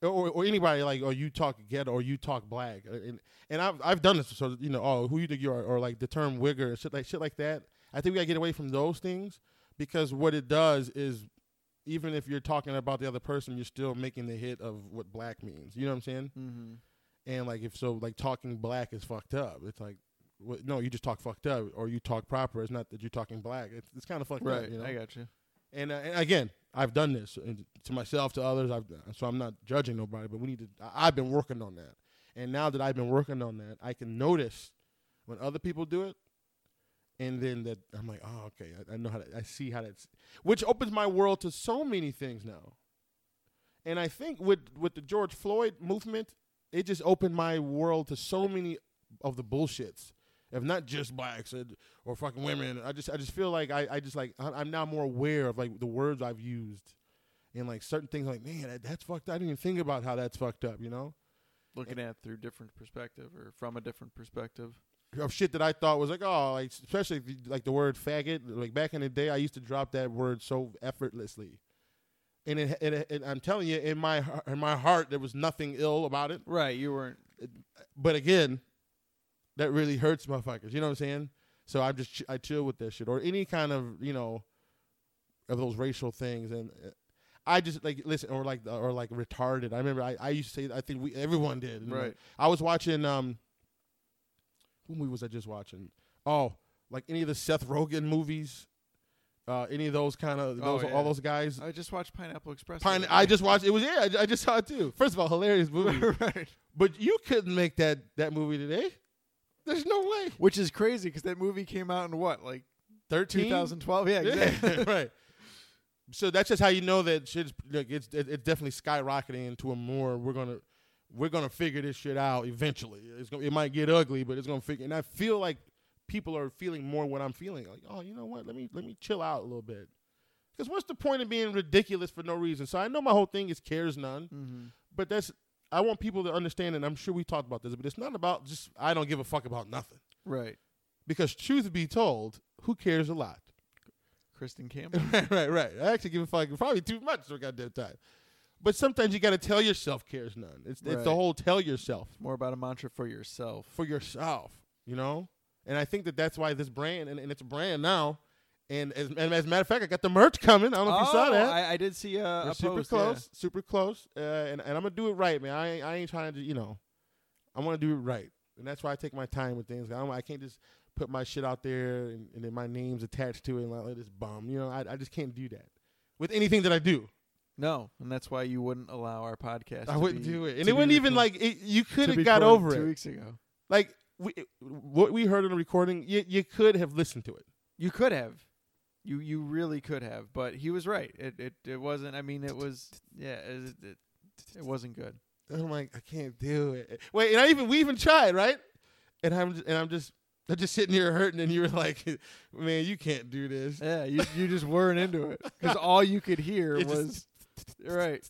Or, or anybody like, or you talk ghetto, or you talk black, Uh, and and I've I've done this. So you know, oh, who you think you are, or like the term wigger, and shit like shit like that. I think we gotta get away from those things because what it does is, even if you're talking about the other person, you're still making the hit of what black means. You know what I'm saying? Mm-hmm. And like, if so, like talking black is fucked up. It's like, what, no, you just talk fucked up, or you talk proper. It's not that you're talking black. It's, it's kind of fucked Right. up. You know? I got you. and, uh, and again, I've done this and to myself, to others. I've uh, so I'm not judging nobody, but we need to. I, I've been working on that, and now that I've been working on that, I can notice when other people do it, and then that I'm like, oh, okay, I, I know how to. I see how that's, which opens my world to so many things now. And I think with with the George Floyd movement, it just opened my world to so many of the bullshits. If not just blacks or, or fucking women, I just I just feel like I, I just like I- I'm now more aware of like the words I've used, and like certain things like man that, that's fucked. up. I didn't even think about how that's fucked up, you know, Looking at it through different perspective or from a different perspective. of shit that I thought was like oh like especially if you, like the word faggot. Like back in the day, I used to drop that word so effortlessly, and it, it, it, I'm telling you, in my heart- in my heart there was nothing ill about it. Right. You weren't. but again, that really hurts motherfuckers. You know what I'm saying? So I'm just ch- I chill with that shit or any kind of you know of those racial things and uh, I just like listen or like or like retarded. I remember I, I used to say I think we everyone did. And, like, Right. I was watching um. What movie was I just watching? Oh, like any of the Seth Rogen movies, uh, any of those kind of Oh, those yeah. all those guys. I just watched Pineapple Express. the Pine, other I day. just watched it was yeah I, I just saw it too. First of all, hilarious [laughs] movie. [laughs] right. But you couldn't make that that movie today. There's no way. Which is crazy because that movie came out in what, like 13? 2012? [laughs] Yeah, Yeah, exactly. [laughs] right. So that's just how you know that shit's look, it's it- it's definitely skyrocketing into a more we're gonna we're gonna figure this shit out eventually. It's gonna it might get ugly, but it's gonna figure. And I feel like people are feeling more what I'm feeling. Like, oh, you know what? Let me let me chill out a little bit. Because what's the point of being ridiculous for no reason? So I know my whole thing is cares none. mm-hmm. but that's I want people to understand, and I'm sure we talked about this, but it's not about just I don't give a fuck about nothing. Right. Because truth be told, who cares a lot? [laughs] Kristen Campbell. right, right, right. I actually give a fuck probably too much for goddamn time. But sometimes you got to tell yourself cares none. It's it's Right. the whole tell yourself More about a mantra for yourself. for yourself, you know. And I think that that's why this brand and, and it's a brand now. And as, and as a matter of fact, I got the merch coming. I don't know if you saw Oh, that. I, I did see uh, a We're super post, yeah. close, super close, uh, and and I'm gonna do it right, man. I ain't- I ain't trying to, you know, I want to do it right, and that's why I take my time with things. I don't, I can't just put my shit out there and, and then my name's attached to it and like let this bum, you know. I I just can't do that with anything that I do. No, and that's why you wouldn't allow our podcast. I to wouldn't be- do it, to and it be wouldn't even recorded- like it, you could to e be have got recorded over two it. weeks ago. Like we, what we heard in the recording, you you could have listened to it. You could have. You you really could have, but he was right. It it, it wasn't. I mean, it was yeah. It, it, it wasn't good. And I'm like, I can't do it. Wait, and I even we even tried, right? And I'm and I'm just I'm just sitting here hurting, and you were like, [laughs] "Man, you can't do this." Yeah, you you just weren't into it because all you [laughs] could hear It just- was right.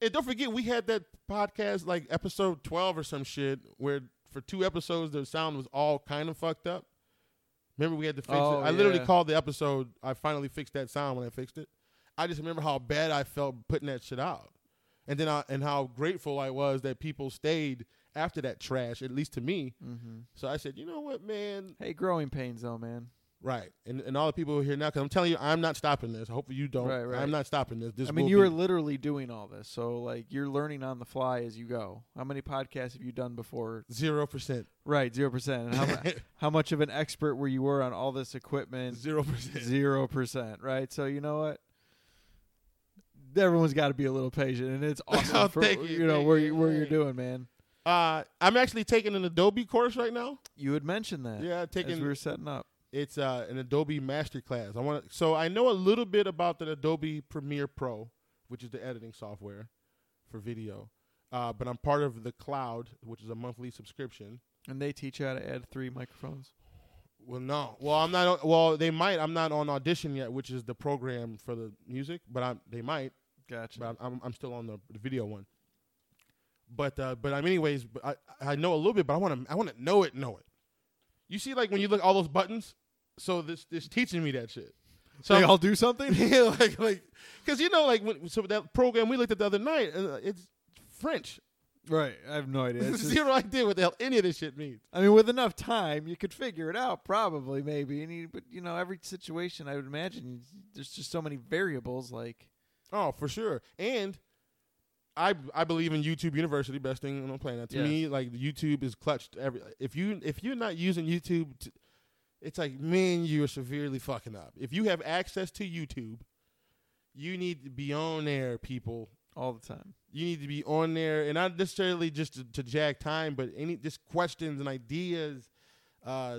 And don't forget, we had that podcast like episode twelve or some shit, where for two episodes the sound was all kind of fucked up. Remember, we had to fix Oh, it. I literally yeah. called the episode. I finally fixed that sound when I fixed it. I just remember how bad I felt putting that shit out. and then I, and how grateful I was that people stayed after that trash, at least to me. Mm-hmm. So I said, you know what, man, Hey, growing pains though, man. right, and and all the people who are here now, because I'm telling you, I'm not stopping this. Hopefully you don't. Right, right. I'm not stopping this. This I mean, will you be- were literally doing all this, so like you're learning on the fly as you go. How many podcasts have you done before? zero percent, Right, zero percent. And [laughs] how, mu- how much of an expert were you were on all this [laughs] equipment? zero percent. Zero percent. Right. So you know what? Everyone's got to be a little patient, and it's [laughs] awesome Oh, for thank you, know thank where you, you, where you're thank you. doing, man. Uh, I'm actually taking an Adobe course right now. You had mentioned that. Yeah, taking as we were setting up. it's uh, an Adobe Masterclass. I want to, so I know a little bit about the Adobe Premiere Pro, which is the editing software for video. Uh, but I'm part of the cloud, which is a monthly subscription. And they teach you how to add three microphones. Well, no. Well, I'm not. on- Well, they might. I'm not on audition yet, which is the program for the music. But I'm. They might. Gotcha. But I'm. I'm, I'm still on the, the video one. But uh, but I'm anyways. But I I know a little bit, but I want to I want to know it. Know it. You see, like when you look at all those buttons. So this this teaching me that shit. So they I'm- all do [laughs] something. yeah, like like because you know like when, so that program we looked at the other night uh, it's French. right. I have no [laughs] idea. It's just- Zero idea what the hell any of this shit means. I mean, with enough time, you could figure it out, probably, maybe. And you, but you know, every situation, I would imagine, there's just so many variables. Like, Oh, for sure. And I I believe in YouTube University, best thing on the planet. To Yes. me, like YouTube is clutched. Every if you if you're not using YouTube, to, it's like man, you are severely fucking up. If you have access to YouTube, you need to be on there, people. all the time. you need to be on there and not necessarily just to, to jag time but any just questions and ideas uh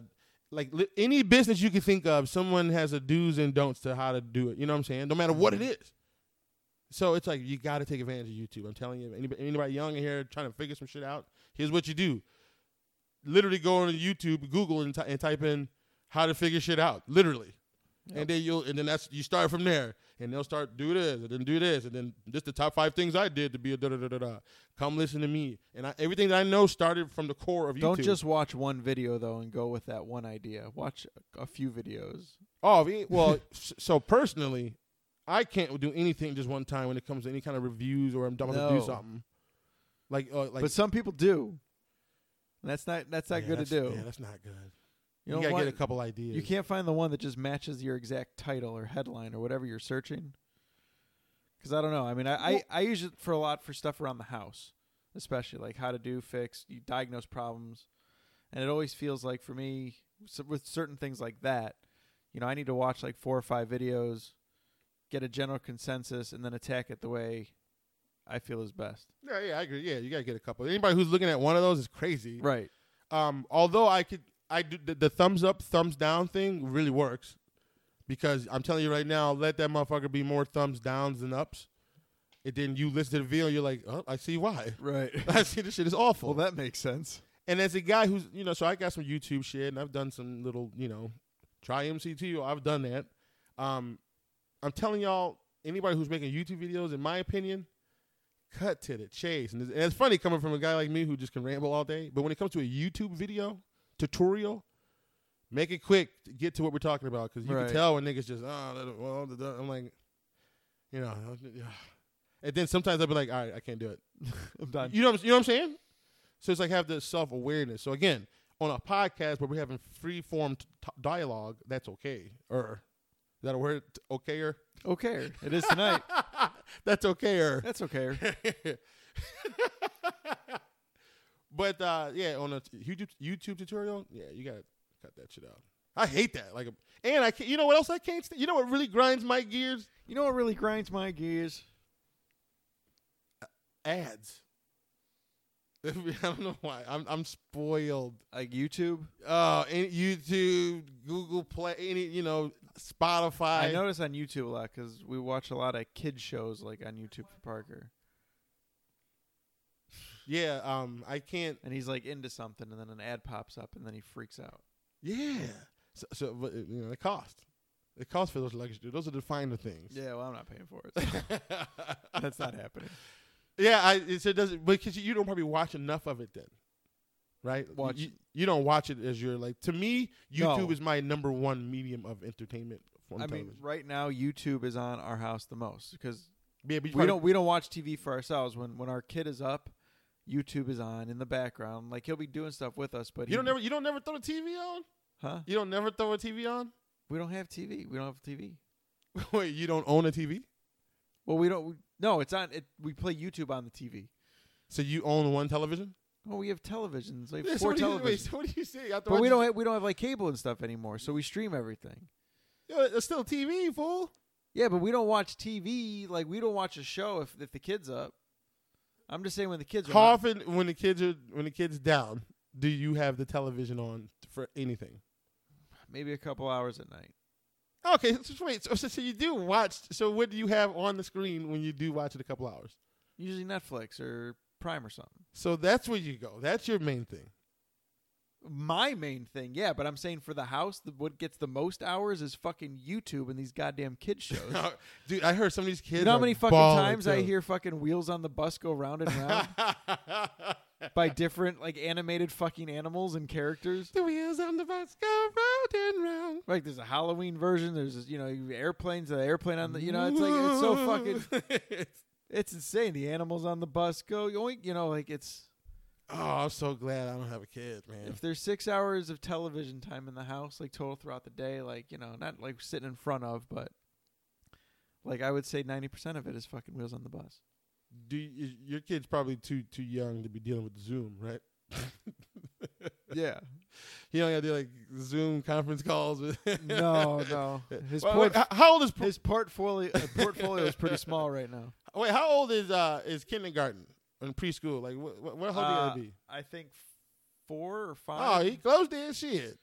like li- any business you can think of someone has a do's and don'ts to how to do it you know what i'm saying no matter what it is so it's like you got to take advantage of youtube i'm telling you anybody, anybody young in here trying to figure some shit out here's what you do literally go on youtube google and, ty and type in how to figure shit out literally and then you'll and then that's you start from there and they'll start do this and then do this and then just the top five things I did to be a da da da da da. Come listen to me and I, everything that I know started from the core of YouTube. Don't just watch one video though and go with that one idea. Watch a, a few videos. oh we- well [laughs] s- so personally, I can't do anything just one time when it comes to any kind of reviews or I'm done to No. do something like uh, like but some people do. And that's not that's not Yeah, good to that's- do. Yeah, that's not good. you You, know gotta what? get a couple ideas. You can't find the one that just matches your exact title or headline or whatever you're searching. Because I don't know. I mean, I, I, I use it for a lot for stuff around the house, especially like how to do, fix, you diagnose problems. And it always feels like for me, so with certain things like that, you know, I need to watch like four or five videos, get a general consensus, and then attack it the way I feel is best. Yeah, yeah, I agree. Yeah, you gotta get a couple. Anybody who's looking at one of those is crazy. Right. Um, although I could, I do the, the thumbs up, thumbs down thing really works because I'm telling you right now, let that motherfucker be more thumbs downs than ups. And then you listen to the video, you're like, oh, I see why. [laughs] Right. [laughs] I see this shit is awful. well, that makes sense. and as a guy who's, you know, so I got some YouTube shit and I've done some little, you know, try MCT. I've done that. Um, I'm telling y'all, anybody who's making YouTube videos, in my opinion, cut to the chase. And it's, and it's funny coming from a guy like me who just can ramble all day. But when it comes to a YouTube video tutorial, make it quick. To get to what we're talking about because you Right. can tell when niggas just oh, that- well, da- da." I'm like, you know, [sighs] and then sometimes I'll be like, all right, I can't do it. I'm done. You know, what I'm- you know what I'm saying? So it's like have the self awareness. So again, on a podcast where we're having free form t- t- dialogue, that's okay. Or is that a word? T- Okayer. Okay. It is tonight. that's [laughs] okayer. that's okay. but uh, yeah, on a t- YouTube YouTube tutorial, yeah, you gotta cut that shit out. I hate that. Like, and I can't. You know what else I can't? St- you know what really grinds my gears? You know what really grinds my gears? Ads. [laughs] I don't know why. I'm I'm spoiled. Like YouTube. uh, any, YouTube, Google Play, any you know, Spotify. I, notice on YouTube a lot because we watch a lot of kid shows like on YouTube for Parker, Yeah, um, I can't. and he's like into something, and then an ad pops up, and then he freaks out. Yeah, so, so but, uh, you know, it costs. It costs for those luggage. Dude. Those are the finer things. Yeah, well, I'm not paying for it. [laughs] That's not happening. [laughs] yeah, I, it's, it doesn't because you don't probably watch enough of it then, right? Watch- You, you don't watch it as you're like. To me, No. YouTube is my number one medium of entertainment. On I mean, television. right now YouTube is on our house the most because Yeah, but you we probably- don't we don't watch TV for ourselves. When when our kid is up, YouTube is on in the background. Like he'll be doing stuff with us, but You he- don't never you don't never throw a TV on. huh? You don't never throw a TV on. [laughs] We don't have TV. We don't have TV. Wait, you don't own a TV, Well, we don't. We, no, it's on. It, we play YouTube on the TV. so you own one television. Oh, we have televisions. Like Yeah, so four what do you- wait, televisions. so what do you say? I But thought we don't e-, you- have, we don't have like cable and stuff anymore, so we stream everything. Yeah, it's still TV, fool. Yeah, but we don't watch TV. Like we don't watch a show if if the kids up. I'm just saying when the kids are How up, often when the kids are when the kids down, do you have the television on for anything? maybe a couple hours at night. Okay, so so wait. So, so, so you do watch. So what do you have on the screen when you do watch it a couple hours? Usually Netflix or Prime or something. So that's where you go. That's your main thing. My main thing, yeah, but I'm saying for the house, the, what gets the most hours is fucking YouTube and these goddamn kid shows. [laughs] [laughs] Dude, I heard some of these kids. you know how are many fucking balling, times I too. [laughs] hear fucking Wheels on the Bus go round and round by different like animated fucking animals and characters? the wheels on the bus go round and round. Like there's a Halloween version. There's you know airplanes, the airplane on the you know it's like it's so [laughs] fucking [laughs] fucking. it's insane. The animals on the bus go yoink. You know like it's oh, I'm so glad I don't have a kid, man. if there's six hours of television time in the house like total throughout the day, like you know not like sitting in front of, but like I would say ninety percent of it is fucking wheels on [laughs] the bus. Do you, your kid's probably too too young to be dealing with Zoom, right? [laughs] Yeah. He only got to do like Zoom conference calls. With [laughs] No, no. His Well, port- wait, h- how old is his portfolio uh, portfolio is pretty small right now. wait? How old is uh is kindergarten and preschool? Like what what, what [laughs] how old Uh, they gotta be? I think four or Oh, five. he closed their shit.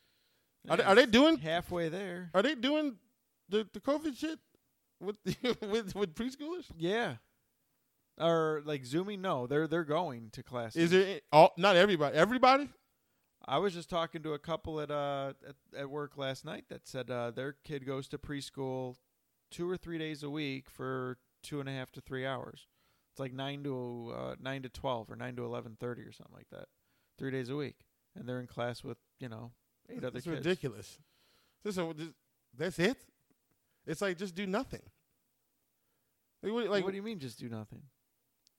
Are they, Yeah, are they doing halfway there? Are they doing the, the COVID shit with [laughs] with with preschoolers? Yeah. Or like zooming? No, they're they're going to classes. Is there all not everybody? Everybody? I was just talking to a couple at uh at, at work last night that said uh, their kid goes to preschool two or three days a week for two and a half to three hours. It's like nine to uh, nine to twelve or nine to eleven thirty or something like that. Three days a week, and they're in class with you know eight other It's kids. ridiculous. This, a- this- that's it. It's like just do nothing. Like what, like what do you mean? Just do nothing?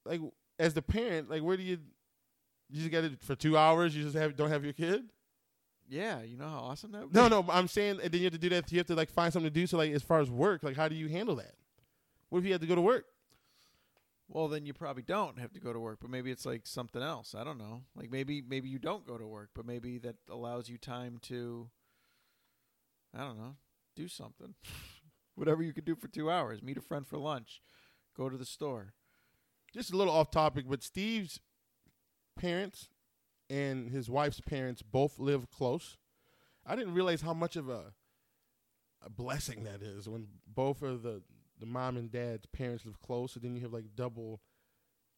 like as the parent, like where do you? You just got it for two hours. You just have don't have your kid. Yeah, you know how awesome that. Would No, be? no. but I'm saying, and then you have to do that. You have to like find something to do. So like, as far as work, like how do you handle that? What if you had to go to work? Well, then you probably don't have to go to work, but maybe it's like something else. I don't know. Like maybe maybe you don't go to work, but maybe that allows you time to I don't know, do something. [laughs] Whatever you could do for 2 hours, meet a friend for lunch, go to the store. just a little off topic, but Steve's parents and his wife's parents both live close. I didn't realize how much of a a blessing that is when both of the the mom and dad's parents live close, and then you have like double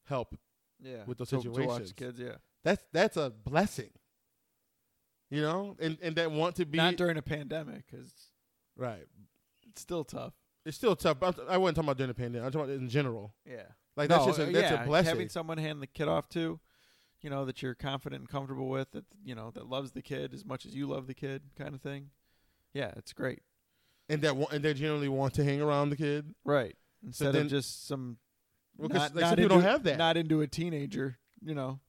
help. Yeah. With those to- to watch situations. kids, yeah. That's that's a blessing, you know. And and that want to be Not during a pandemic cuz right. it's still tough. It's still tough. But I'm- I wasn't talking about during the pandemic. I'm talking about in general. Yeah. Like No, that's just a, uh, that's yeah, a blessing. Having someone hand the kid off to, you know, that you're confident and comfortable with, that you know, that loves the kid as much as you love the kid, kind of thing. Yeah, it's great. and that wa- and they generally want to hang around the kid. Right. Instead then- of just some Well, 'cause, not, like, not some into, people don't have that. Not into a teenager, you know,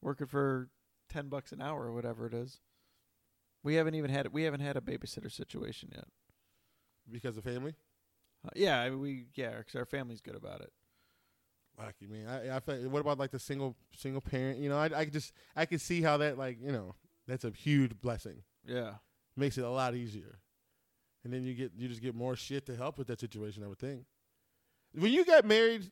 working for ten bucks an hour or whatever it is. We haven't even had we haven't had a babysitter situation yet. because of family. Uh, yeah, I mean, we yeah, because our family's good about it. Lucky man. I, I feel, what about like the single single parent? You know, I I just I can see how that like you know that's a huge blessing. Yeah, Makes it a lot easier, and then you get you just get more shit to help with that situation. I would think. When you got married,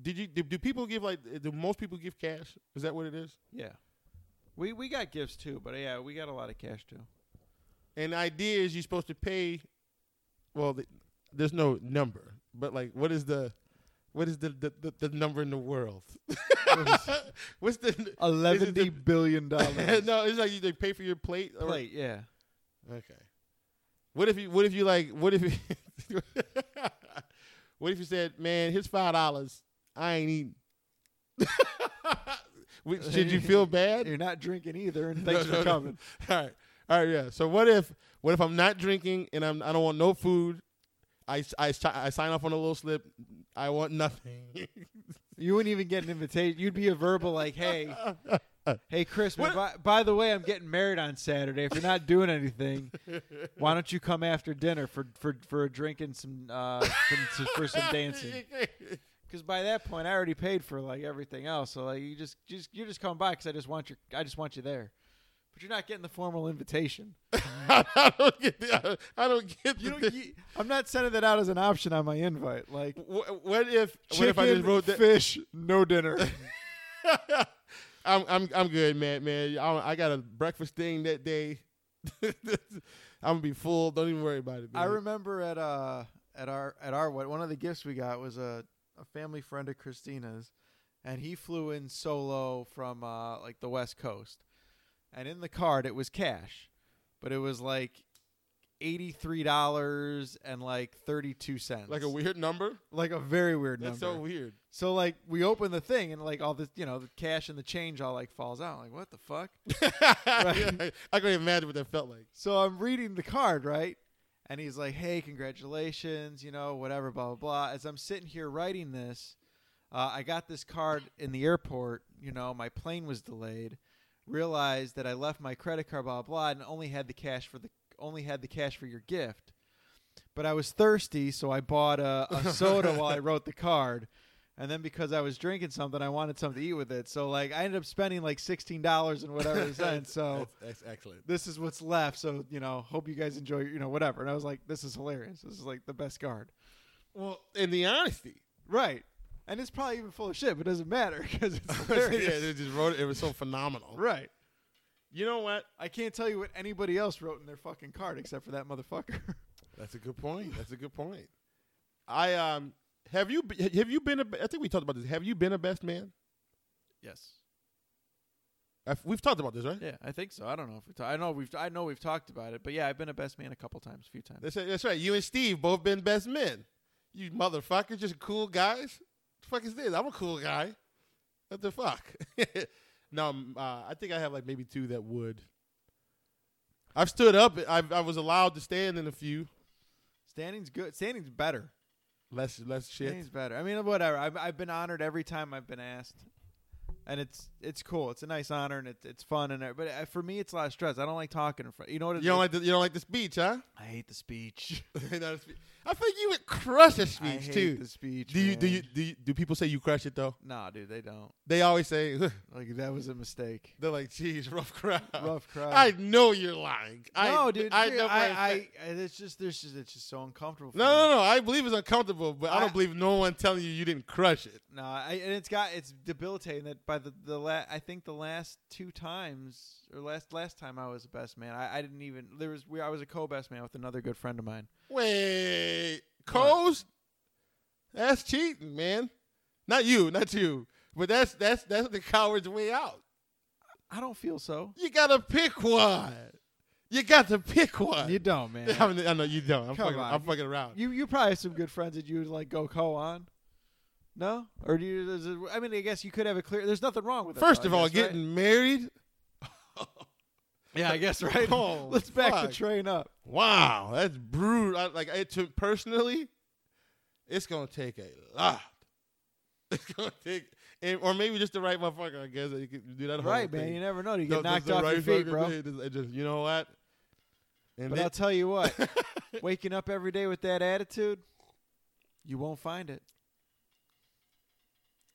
did you do, do people give like do most people give cash? Is that what it is? yeah. We we got gifts too, but yeah, we got a lot of cash too. And the idea is you're supposed to pay. Well, the, there's no number, but like, what is the what is the the, the, the number in the world? [laughs] What's the Eleventy billion [laughs] [laughs] dollars no, it's like you they pay for your plate. or- plate. Yeah, Okay. What if you? What if you like? What if? [laughs] You what if you said, "Man, here's five dollars. I ain't eating." [laughs] Would- Should you feel [laughs] bad? you're not drinking either, and [laughs] No, thanks no, for no. [laughs] coming. All right. All right. Yeah. So what if? What if I'm not drinking and I'm? I don't want no food. I, s- I, si- I sign off on a little slip. I want nothing. You wouldn't even get an invitation. You'd be a verbal [laughs] like, "Hey, hey, Chris. man, By, by the way, I'm getting married on Saturday. If you're not doing anything, why don't you come after dinner for for for a drink and some uh some, for some dancing? Because by that point, I already paid for like everything else. So like, you just just you're just coming by because I just want your I just want you there. But you're not getting the formal invitation. [laughs] I don't get the, I don't get You [laughs] the, don't. You, I'm not sending that out as an option on my invite. Like Wh- what if what chicken, if I just wrote that? fish, no dinner. [laughs] I'm I'm I'm good, man. Man, I, I got a breakfast thing that day. [laughs] I'm gonna be full. Don't even worry about it. Man. I remember at uh at our at our wed- one of the gifts we got was a, a family friend of Christina's, and he flew in solo from uh like the West Coast, and in the card it was cash, but it was like eighty three dollars and like thirty two cents, like a weird number. like a very weird That's number. so [laughs] weird. [laughs] So like we open the thing and like all this you know the cash and the change all like falls out like what the fuck. I can't even imagine what that felt like. So I'm reading the card, right? And he's like, "Hey, congratulations, you know, whatever, blah blah blah." As I'm sitting here writing this, uh, I got this card in the airport. You know, my plane was delayed. Realized that I left my credit card, blah blah, and only had the cash for the only had the cash for your gift. But I was thirsty, so I bought a, a soda while I wrote the card. And then because I was drinking something, I wanted something to eat with it. So like, I ended up spending like sixteen dollars [laughs] and whatever cents. So That's, that's excellent. this is what's left. So you know, hope you guys enjoy. You know, whatever. And I was like, this is hilarious. This is like the best card, Well, in the [laughs] honesty, [laughs] right? And it's probably even full of shit, but it doesn't matter [laughs] because it's yeah, hilarious, they just wrote it. It was so phenomenal. right? You know what? I can't tell you what anybody else wrote in their fucking card except for that motherfucker. [laughs] That's a good point. That's a good point. I um have you be- have you been a, I think we talked about this. Have you been a best man? yes. i we've talked about this, right? Yeah, I think so. I don't know if we. Ta- I know we've. I know we've talked about it, but yeah, I've been a best man a couple times, a few times. That's, that's right. You and Steve both been best men. You motherfuckers, just cool guys. The fuck is this? I'm a cool guy. What the fuck? [laughs] no, um, uh, I think I have like maybe two that would. I've stood up. I I was allowed to stand in a few. Standing's good. Standing's better. Less less shit. Standing's better. I mean, whatever. I've, I've been honored every time I've been asked, and it's it's cool. It's a nice honor, and it's it's fun. And every- but uh, for me, it's a lot of stress. I don't like talking in front. You know what? It, You don't like the, you don't like the speech, huh? [laughs] I hate the speech. Not a spe- I think you would crush a [laughs] I speech hate too. the speech. Do you, do you man. do you, do people say you crush it though? Nah, dude, they don't. They always say [laughs] Like that was a mistake. they're like, "Geez, rough crowd." Rough crowd. [laughs] I know you're lying. no, I, dude. I, dude, know I, for a I, fact- I- it's just there's just it's just so uncomfortable. For no, me. no, no. I believe it's uncomfortable, but I, I- don't believe no one telling you you didn't crush it. No, I, and it's got it's debilitating that by the the la- I think the last two times or last last time I was the best man. I, I didn't even there was we I was a co best man with another good friend of mine. Wait, Coles, that's cheating, man. Not you, not you, but that's that's that's the coward's way out. I don't feel so. You gotta pick one. You got to pick one. You don't, [laughs] I, man. mean, I know you don't. I'm Come fucking, on. I'm fucking around. you you probably have some good friends that you would like go co on. No, or do you? Is it, I mean, I guess you could have a clear. There's nothing wrong with it. First though, of I all, guess, right? getting married. yeah, I [laughs] guess right. Oh, Let's back fuck. the train up. Wow, that's brutal. I, like it to personally, it's gonna take a lot. [laughs] It's gonna take, and, or maybe just the right motherfucker. I guess you could do that. whole Right, man. thing. You never know. You No, get just knocked the off your right feet, fucking bro. thing. Just- it just- you know what? And But I'll then, tell you what, [laughs] waking up every day with that attitude, you won't find it.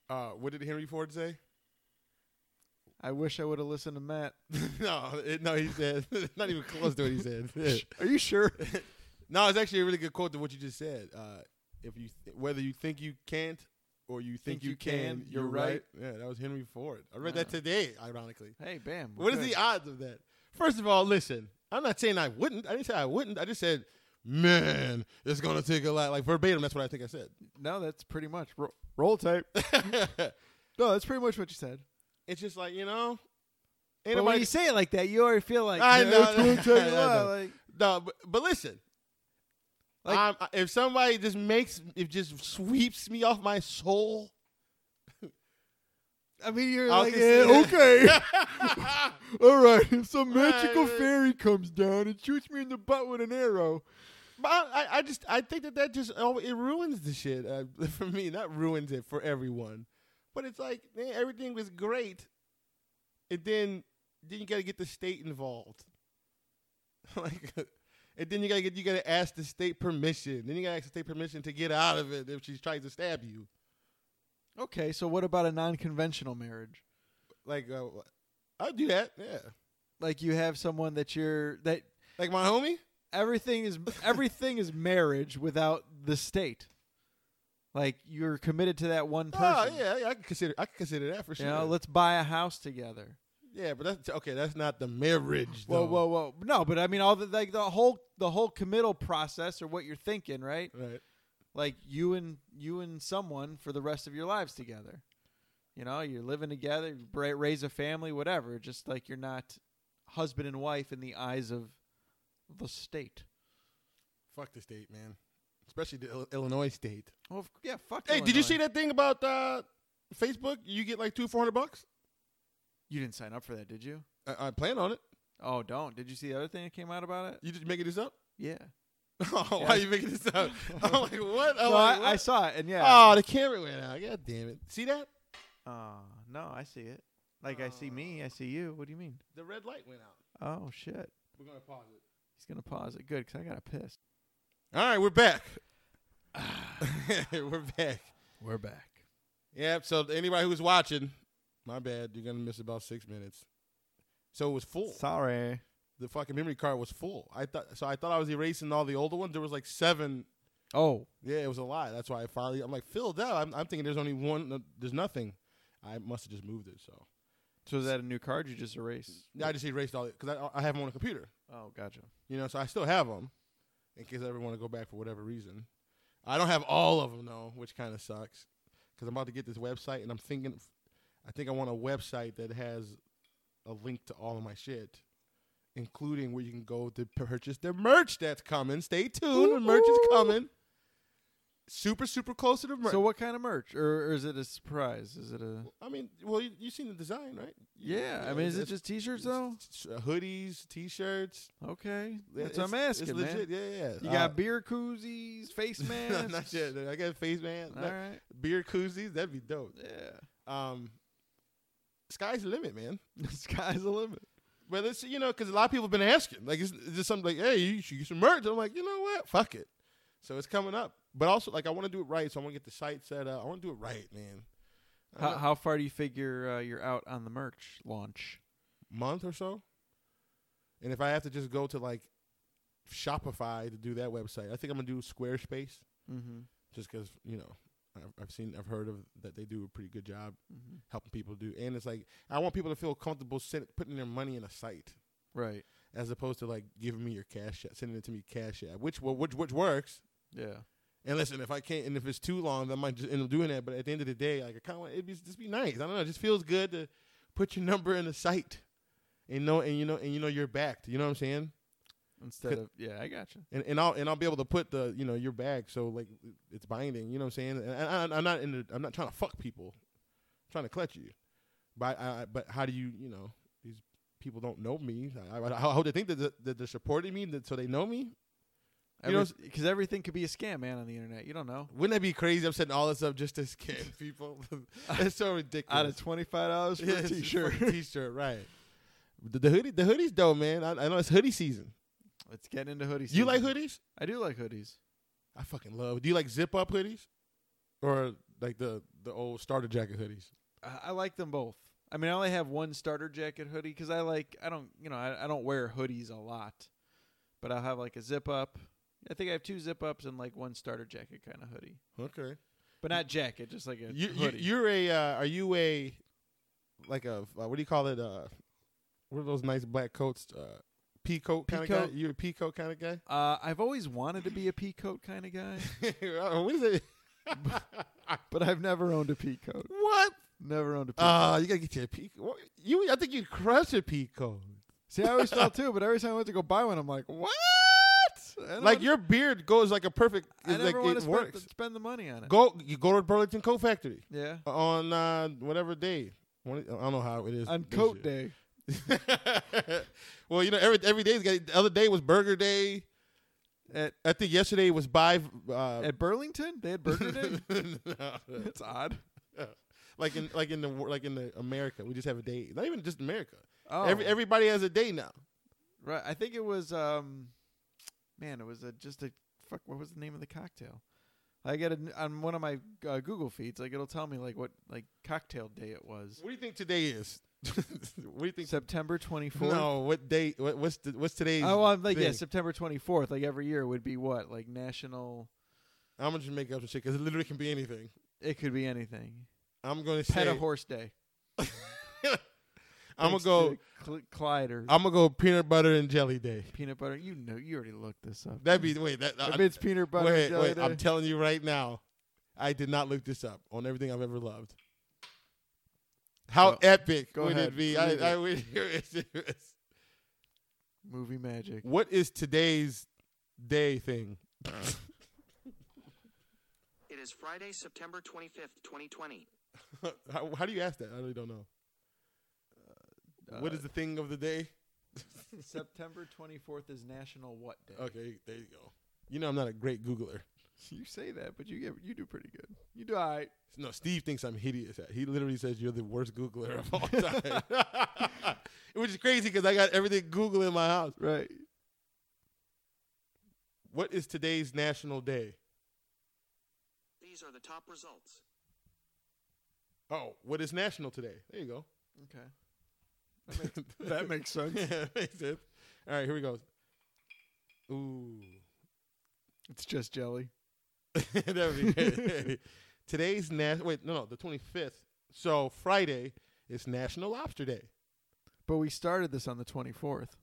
uh, what did Henry Ford say? [laughs] I wish I would have listened to Matt. no, it, no, he said [laughs] not even close to what he [laughs] said. Are [laughs] you sure? No, it's actually a really good quote to what you just said. Uh, if you th- whether you think you can't or you think, you, can, you're right. Yeah, that was Henry Ford. I read that today, ironically. hey, bam. we're What is good. the odds of that? First of all, listen. I'm not saying I wouldn't. I didn't say I wouldn't. I just said, man, it's gonna take a lot. Like verbatim, that's what I think I said. [laughs] No, that's pretty much roll, roll tape. no, that's pretty much what you said. it's just like you know. But Ain't when nobody- you say it like that, you already feel like I "No, know, it's gonna [laughs] I take a know. while," Like, No, but, but listen. Like- I'm- I- if somebody just makes, if just sweeps me off my [laughs] soul, I mean, you're I'll like, consider- "Eh, okay, [laughs] all right. If some Right, magical right. fairy comes down and shoots me in the butt with an arrow, But I, I- I just I think that that just oh, it ruins the shit uh, [laughs] for me. Not ruins it for everyone, but it's like man, everything was great, and then then you got to get the state involved. [laughs] like, [laughs] and then you gotta get you gotta ask the state permission. Then you gotta ask the state permission to get out of it if she tries to stab you. Okay, so what about a non-conventional marriage? Like uh, I'd do that. Yeah. Like you have someone that you're that Like my homie. [laughs] everything is everything is marriage without the state. Like you're committed to that one person. Oh yeah, yeah, I could consider I could consider that for You sure. know, let's buy a house together. yeah, but that's okay. That's not the marriage. Whoa, Though. whoa, whoa! No, but I mean, all the like the whole the whole committal process, or what you're thinking, right? Right. Like you and you and someone for the rest of your lives together. You know, you're living together, you bra- raise a family, whatever. Just like you're not husband and wife in the eyes of the state. Fuck the state, man. Especially the Il- Illinois state. Well, f- yeah, fuck. Hey, did you Illinois. see that thing about uh, Facebook? You get like two four hundred bucks. You didn't sign up for that, did you? I, I plan on it. Oh, don't. Did you see the other thing that came out about it? You just making this up? [laughs] Yeah. oh, why are you making this up? [laughs] I'm like, what? I'm no, like, I, I what? saw it, and yeah. Oh, the camera went out. God damn it! See that? Oh, no, I see it. Like I see me, I see you. What do you mean? The red light went out. Oh shit. We're gonna pause it. He's gonna pause it. Good, 'cause I gotta piss. All right, we're [sighs] back. [laughs] we're back. We're back. Yep. So anybody who's watching, my bad. You're gonna miss about six minutes. So it was full. Sorry. the fucking memory card was full. I thought so. I thought I was erasing all the older ones. There was like seven. Oh, Yeah, it was a lot. That's why I finally. I'm like filled out. I'm, I'm thinking there's only one. no, There's nothing. I must have just moved it. So so is that a new card you just erased? yeah, I just erased all because I, I have them on the computer. Oh, gotcha. You know, so I still have them in case I ever want to go back for whatever reason. I don't have all of them though, which kind of sucks because I'm about to get this website and I'm thinking, I think I want a website that has a link to all of my shit, including where you can go to purchase the merch that's coming. Stay tuned, the merch is coming. Super, super close to the merch. So what kind of merch, or, or is it a surprise? Is it a? I mean, well, you, you seen the design, right? You- Yeah, I mean, is it it's- just T-shirts though? it's, uh, hoodies, t-shirts? Okay, that's It's- what I'm asking, it's man. legit. Yeah, yeah. You Uh, got beer koozies, face No, [laughs] masks. not yet. I got face man. All Not- right. Beer koozies, that'd be dope. Yeah. Um, sky's [laughs] the limit, man. Sky's the limit. But it's you know because a lot of people have been asking, like, is, is this something like, hey, you should get some merch? I'm like, you know what, fuck it. So it's coming up, but also like I want to do it right, so I want to get the site set up. I want to do it right, man. I How, don't- how far do you figure uh, you're out on the merch launch? month or so, and if I have to just go to like Shopify to do that website, I think I'm gonna do Squarespace Mm-hmm. just because you know I've, I've seen, I've heard of that they do a pretty good job mm-hmm. helping people do. And it's like I want people to feel comfortable send, putting their money in a site Right. as opposed to like giving me your cash app, sending it to me cash app, which well, which which works. Yeah. And listen, if I can't, and if it's too long, then I might just end up doing that. But at the end of the day, like I kind of it'd be, just be nice. I don't know. It just feels good to put your number in the site, and know, and you know, and you know you're backed. You know what I'm saying? Instead of yeah, I gotcha. And and I'll and I'll be able to put the you know you're backed, so like it's binding. You know what I'm saying? And I, I, I'm not in the, I'm not trying to fuck people, I'm trying to clutch you. But I, I, but how do you you know these people don't know me? I, I, I hope they think that, that they're supporting me, that, so they know me. You know, Because everything could be a scam, man, on the internet. You don't know. Wouldn't that be crazy? I'm setting all this up just to scam [laughs] people. That's so ridiculous. Out of twenty five dollars for [laughs] Yeah, [laughs] a it's t shirt. for a T-shirt, right? The, the hoodie, the hoodies, though, man. I, I know it's hoodie season. It's getting into hoodies. You like hoodies? I do like hoodies. I fucking love. Do you like zip up hoodies, or like the the old starter jacket hoodies? I, I like them both. I mean, I only have one starter jacket hoodie because I like I don't you know I, I don't wear hoodies a lot, but I'll have like a zip up. I think I have two zip ups and like one starter jacket kind of hoodie, Okay. but not jacket, just like a You, you hoodie. you're a uh, are you a like a uh, what do you call it? Uh, what are those nice black coats? Uh, pea coat kind of guy. Peacoat? You're a pea coat kind of guy. uh, I've always wanted to be a pea coat kind of guy, [laughs] [laughs] what is it? but I've never owned a pea coat. what? Never owned a pea. coat. Uh, you gotta get your peak. You, I think you'd crush a peak cone. See, I always [laughs] felt too, but every time I went to go buy one, I'm like, what? I don't Like wanna- your beard goes like a perfect. I it's like never want it to spend, works. spend the money on it. Go, you go to Burlington Coat Factory Yeah. on uh, whatever day. One- I don't know how it is. On this coat year. day. [laughs] well, you know, every every day's got the other day was Burger Day. at I think yesterday was by uh, at Burlington. They [laughs] had Burger Day. That's odd. like in like in the wor- like in the America. We just have a day. Not even just America. [laughs] Oh, Every, everybody has a day now. right. I think it was um, man, it was a, just a fuck. What was the name of the cocktail? I get it on one of my uh, Google feeds. Like it'll tell me like what like cocktail day it was. What do you think today is? [laughs] what do you think? September twenty fourth. No, what day? What, what's the, what's today's? Oh, I'm like yeah, thing? September twenty fourth. Like every year would be what like national. I'm gonna just make up some shit because it literally can be anything. It could be anything. I'm gonna say. [laughs] Pet a horse day. I'm gonna Thanks go. to Cl- Clyde or I'm gonna go peanut butter and jelly day. peanut butter. You know, you already looked this up. That'd be wait. That if I, it's peanut butter, wait, jelly wait. I'm day- telling you right now, I did not look this up on everything I've ever loved. How Go- epic go would ahead. it be? I, Read I it. would hear it. [laughs] movie magic. What is today's day thing? [laughs] It is Friday, September 25th, 2020. how, how do you ask that? I really don't know. Uh, what is the thing of the day? [laughs] September 24th is National What Day? Okay, there you go. You know I'm not a great Googler. Oh, You say that, but you get you do pretty good. You do all right. No, Steve thinks I'm hideous. At. He literally says you're the worst Googler of all [laughs] time, [laughs] which is crazy because I got everything Google in my house. Right. What is today's national day? These are the top results. Oh, what is national today? There you go. Okay. [laughs] That makes sense. [laughs] yeah, makes sense. All right, here we go. Ooh, [laughs] It's just jelly. that would be good. [laughs] today's national. Wait, no, no, the 25th. So Friday is National Lobster Day, But we started this on the 24th.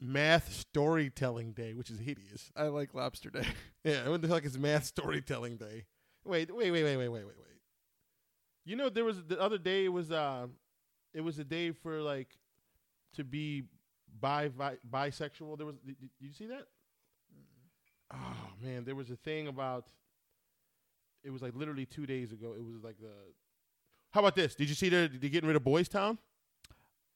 Math Storytelling Day, which is hideous. I like Lobster Day. [laughs] Yeah, what the fuck is math storytelling day? Wait, wait, wait, wait, wait, wait, wait, wait. You know, there was the other day was uh, it was a day for like to be bi, bi bisexual. There was did, did you see that? Oh man, there was a thing about. It was like literally two days ago. It was like the. How about this? Did you see they're, they're getting rid of Boys Town?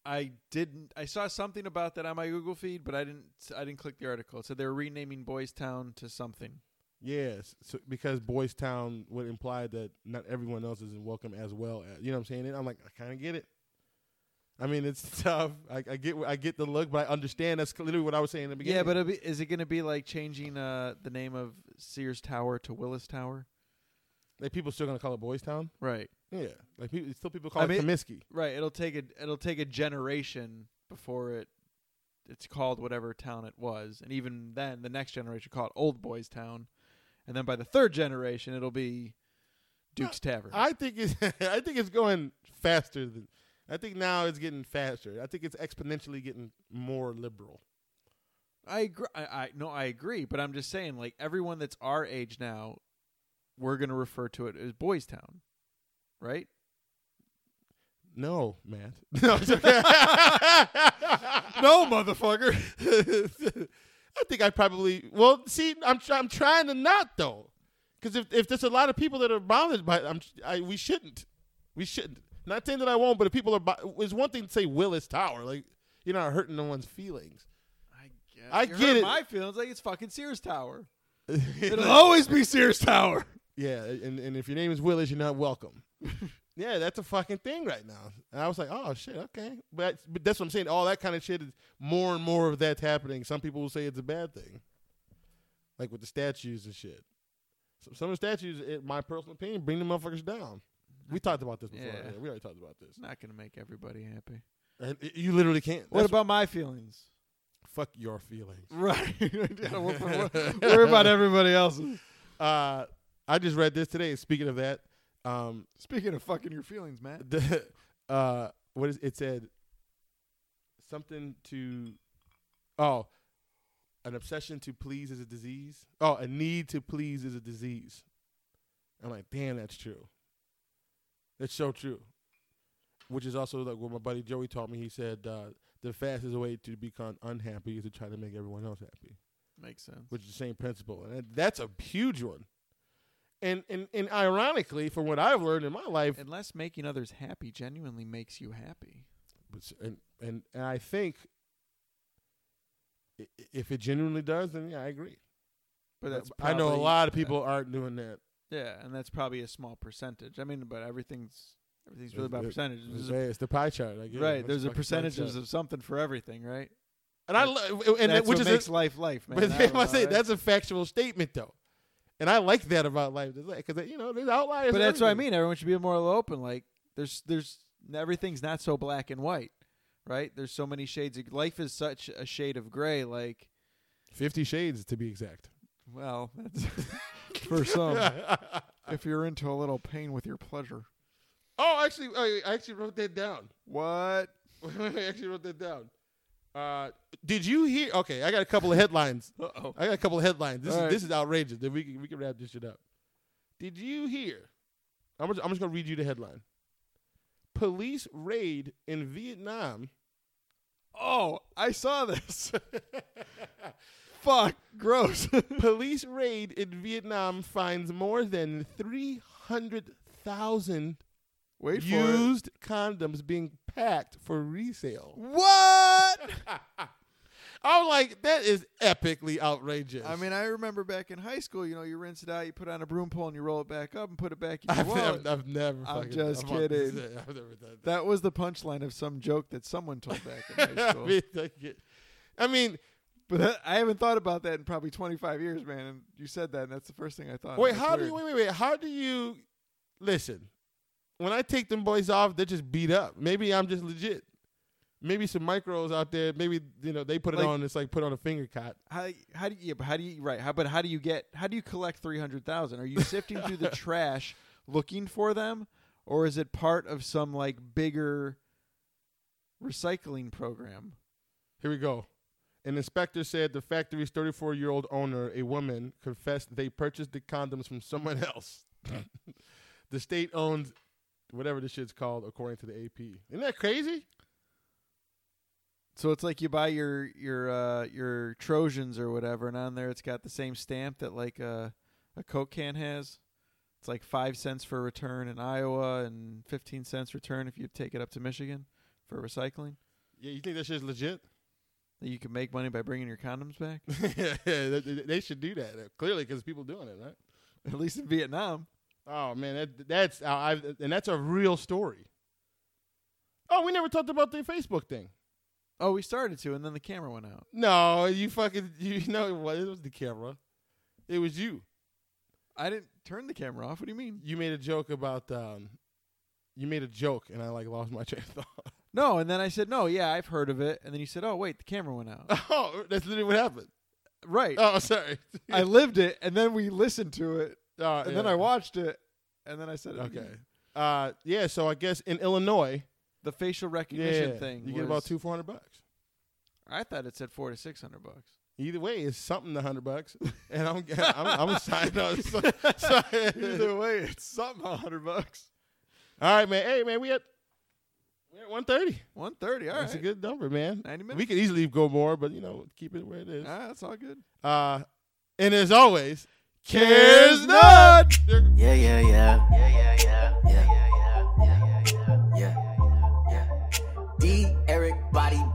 I didn't. I saw something about that on my Google feed, but I didn't. I didn't click the article. It said they were renaming Boys Town to something. Yes, so because Boys Town would imply that not everyone else isn't welcome as well. As, you know what I'm saying? And I'm like, I kind of get it. I mean, it's [laughs] tough. I, I get, I get the look, but I understand. That's literally what I was saying in the beginning. Yeah, but it'll be, is it going to be like changing uh, the name of Sears Tower to Willis Tower? like people still gonna call it Boys Town. Right. Yeah, like people, still people call I it mean- Comiskey. Right. It'll take a it'll take a generation before it it's called whatever town it was, and even then, the next generation call it Old Boys Town, and then by the third generation, it'll be Duke's Tavern. I think it's, [laughs] I think it's going faster than. I think now it's getting faster. I think it's exponentially getting more liberal. I agree. I, I no, I agree, but I'm just saying, like everyone that's our age now, we're gonna refer to it as Boys Town, right? No, Matt. [laughs] No, it's okay. no, motherfucker. [laughs] I think I probably. Well, see, I'm try, I'm trying to not though, because if if there's a lot of people that are bothered by it, I'm I we shouldn't, we shouldn't. Not saying that I won't, but if people are, bo- it's one thing to say Willis Tower, like you're not hurting no one's [laughs] feelings. I guess I You get hurt it. My feelings like it's fucking Sears Tower. It'll yeah, always be Sears Tower. and and if your name is Willis, you're not [laughs] welcome. yeah, that's a fucking thing right now. And I was like, oh shit, okay. But but that's what I'm saying. All that kind of shit is more and more of that's happening. Some people will say it's a bad thing, like with the statues and shit. So, some of the statues, in my personal opinion, bring the motherfuckers down. We talked about this before. Yeah. Yeah, we already talked about this. It's not gonna make everybody happy. And it- you literally can't. What That's- about my feelings? fuck your feelings? Right. [laughs] Worry [laughs] about everybody else's. Uh, I just read this today. Speaking of that, um, Speaking of fucking your feelings, Matt. the [laughs] uh what is it said something to oh an obsession to please is a disease oh a need to please is a disease i'm like damn that's true that's so true which is also like what my buddy joey taught me he said uh, the fastest way to become unhappy is to try to make everyone else happy Makes sense. which is the same principle, and that- that's a huge one. And and and ironically, from what I've learned in my life, Unless making others happy genuinely makes you happy. But s- and and, and I think i- i- if it genuinely does, then yeah, I agree. But that's I know a probably- lot of people aren't doing that. Yeah, and that's probably a small percentage. I mean, but everything's everything's really It- about it- percentages. It's, There's a- the pie chart. I get it. right, It's there's a fucking pie percentages chart. of something for everything, right? and I lo- and that's which what is a- makes life life, [laughs] man. But I I don't must know, say right? that's a factual statement though, and I like that about life because you know there's outliers. but in that's what I everything. mean. Everyone should be more open. Like there's there's everything's not so black and white, right? There's so many shades. Of, life is such a shade of gray. Like, Fifty Shades to be exact. well, [laughs] that's for some. if you're into a little pain with your pleasure, Oh, actually, I I actually wrote that down. [laughs] what? I actually wrote that down. Uh, did you hear? Okay, I got a couple of headlines. Uh-oh. I got a couple of headlines. This All is right. this is outrageous. Then we can, we can wrap this shit up. Did you hear? I'm just, I'm just gonna read you the headline. Police raid in Vietnam. [laughs] Oh, I saw this. [laughs] Fuck, gross. [laughs] Police raid in Vietnam finds more than 300,000 Wait for it. used condoms being packed for resale. What? I was like, that is epically outrageous. I mean, I remember back in high school, you know, you rinse it out, you put on a broom pole, and you roll it back up and put it back in [laughs] [laughs] your I've, I've, wallet. I've never. I'm fucking- just I've never kidding. said- I've never done that. That was the punchline of some joke that someone told back [laughs] in high I school. mean, like it- I mean, but that, I haven't thought about that in probably 25 years, man. And you said that, and that's the first thing I thought. wait, That's how do weird. you? Wait, wait, wait. How do you? Listen, when I take them boys off, they're just beat up. Maybe I'm just legit. Maybe some micros out there. Maybe you know they put it Like- on. It's like put on a finger cot. How, how do you? yeah, but How do you? Right. How? But how do you get? How do you collect three hundred thousand? Are you sifting through the trash looking for them, or is it part of some like bigger recycling program? Here we go. An inspector said the factory's 34 year old owner, a woman, confessed they purchased the condoms from someone [laughs] else. the state owns whatever this shit's called, according to the AP. Isn't that crazy? So it's like you buy your your uh, your Trojans or whatever, and on there it's got the same stamp that like a a Coke can has. It's like five cents for return in Iowa and fifteen cents return if you take it up to Michigan for recycling. Yeah, you think that shit's legit? That you can make money by bringing your condoms back, [laughs] [laughs] yeah, they, they- they should do that uh, clearly because people doing it, right? at least in Vietnam. Oh man, that, that's uh, I, and that's a real story. Oh, we never talked about the Facebook thing. Oh, we started to, and then the camera went out. No, you fucking [laughs] you know what? It was the camera. It was you. I didn't turn the camera off. What do you mean? you made a joke about um you made a joke and I like lost my [laughs] train of thought. No, and then I said, no, yeah, I've heard of it. And then you said, oh, wait, the camera [laughs] went out. Oh, that's literally what happened. right. Oh, [laughs] sorry. I lived it, and then we listened to it, Uh, and then yeah. I watched it, and then I said, it Okay. again. Uh, yeah. So I guess in Illinois, The facial recognition yeah, thing. you get about was- two four hundred bucks. I thought it said four to six hundred bucks. Either way, it's something the hundred bucks, [laughs] and I'm I'm, I'm signing [laughs] up. So, so- Either way, it's something a hundred bucks. all right, man. Hey, man, we at we at one thirty. One thirty. All That's right. a good number, man. 90 minutes. We could easily go more, but you know, keep it where it is. All right, that's all good. Uh, and as always, Cares not. Yeah, yeah, yeah. Yeah, yeah, yeah. Yeah, yeah, yeah. Yeah, yeah, yeah. D Eric Body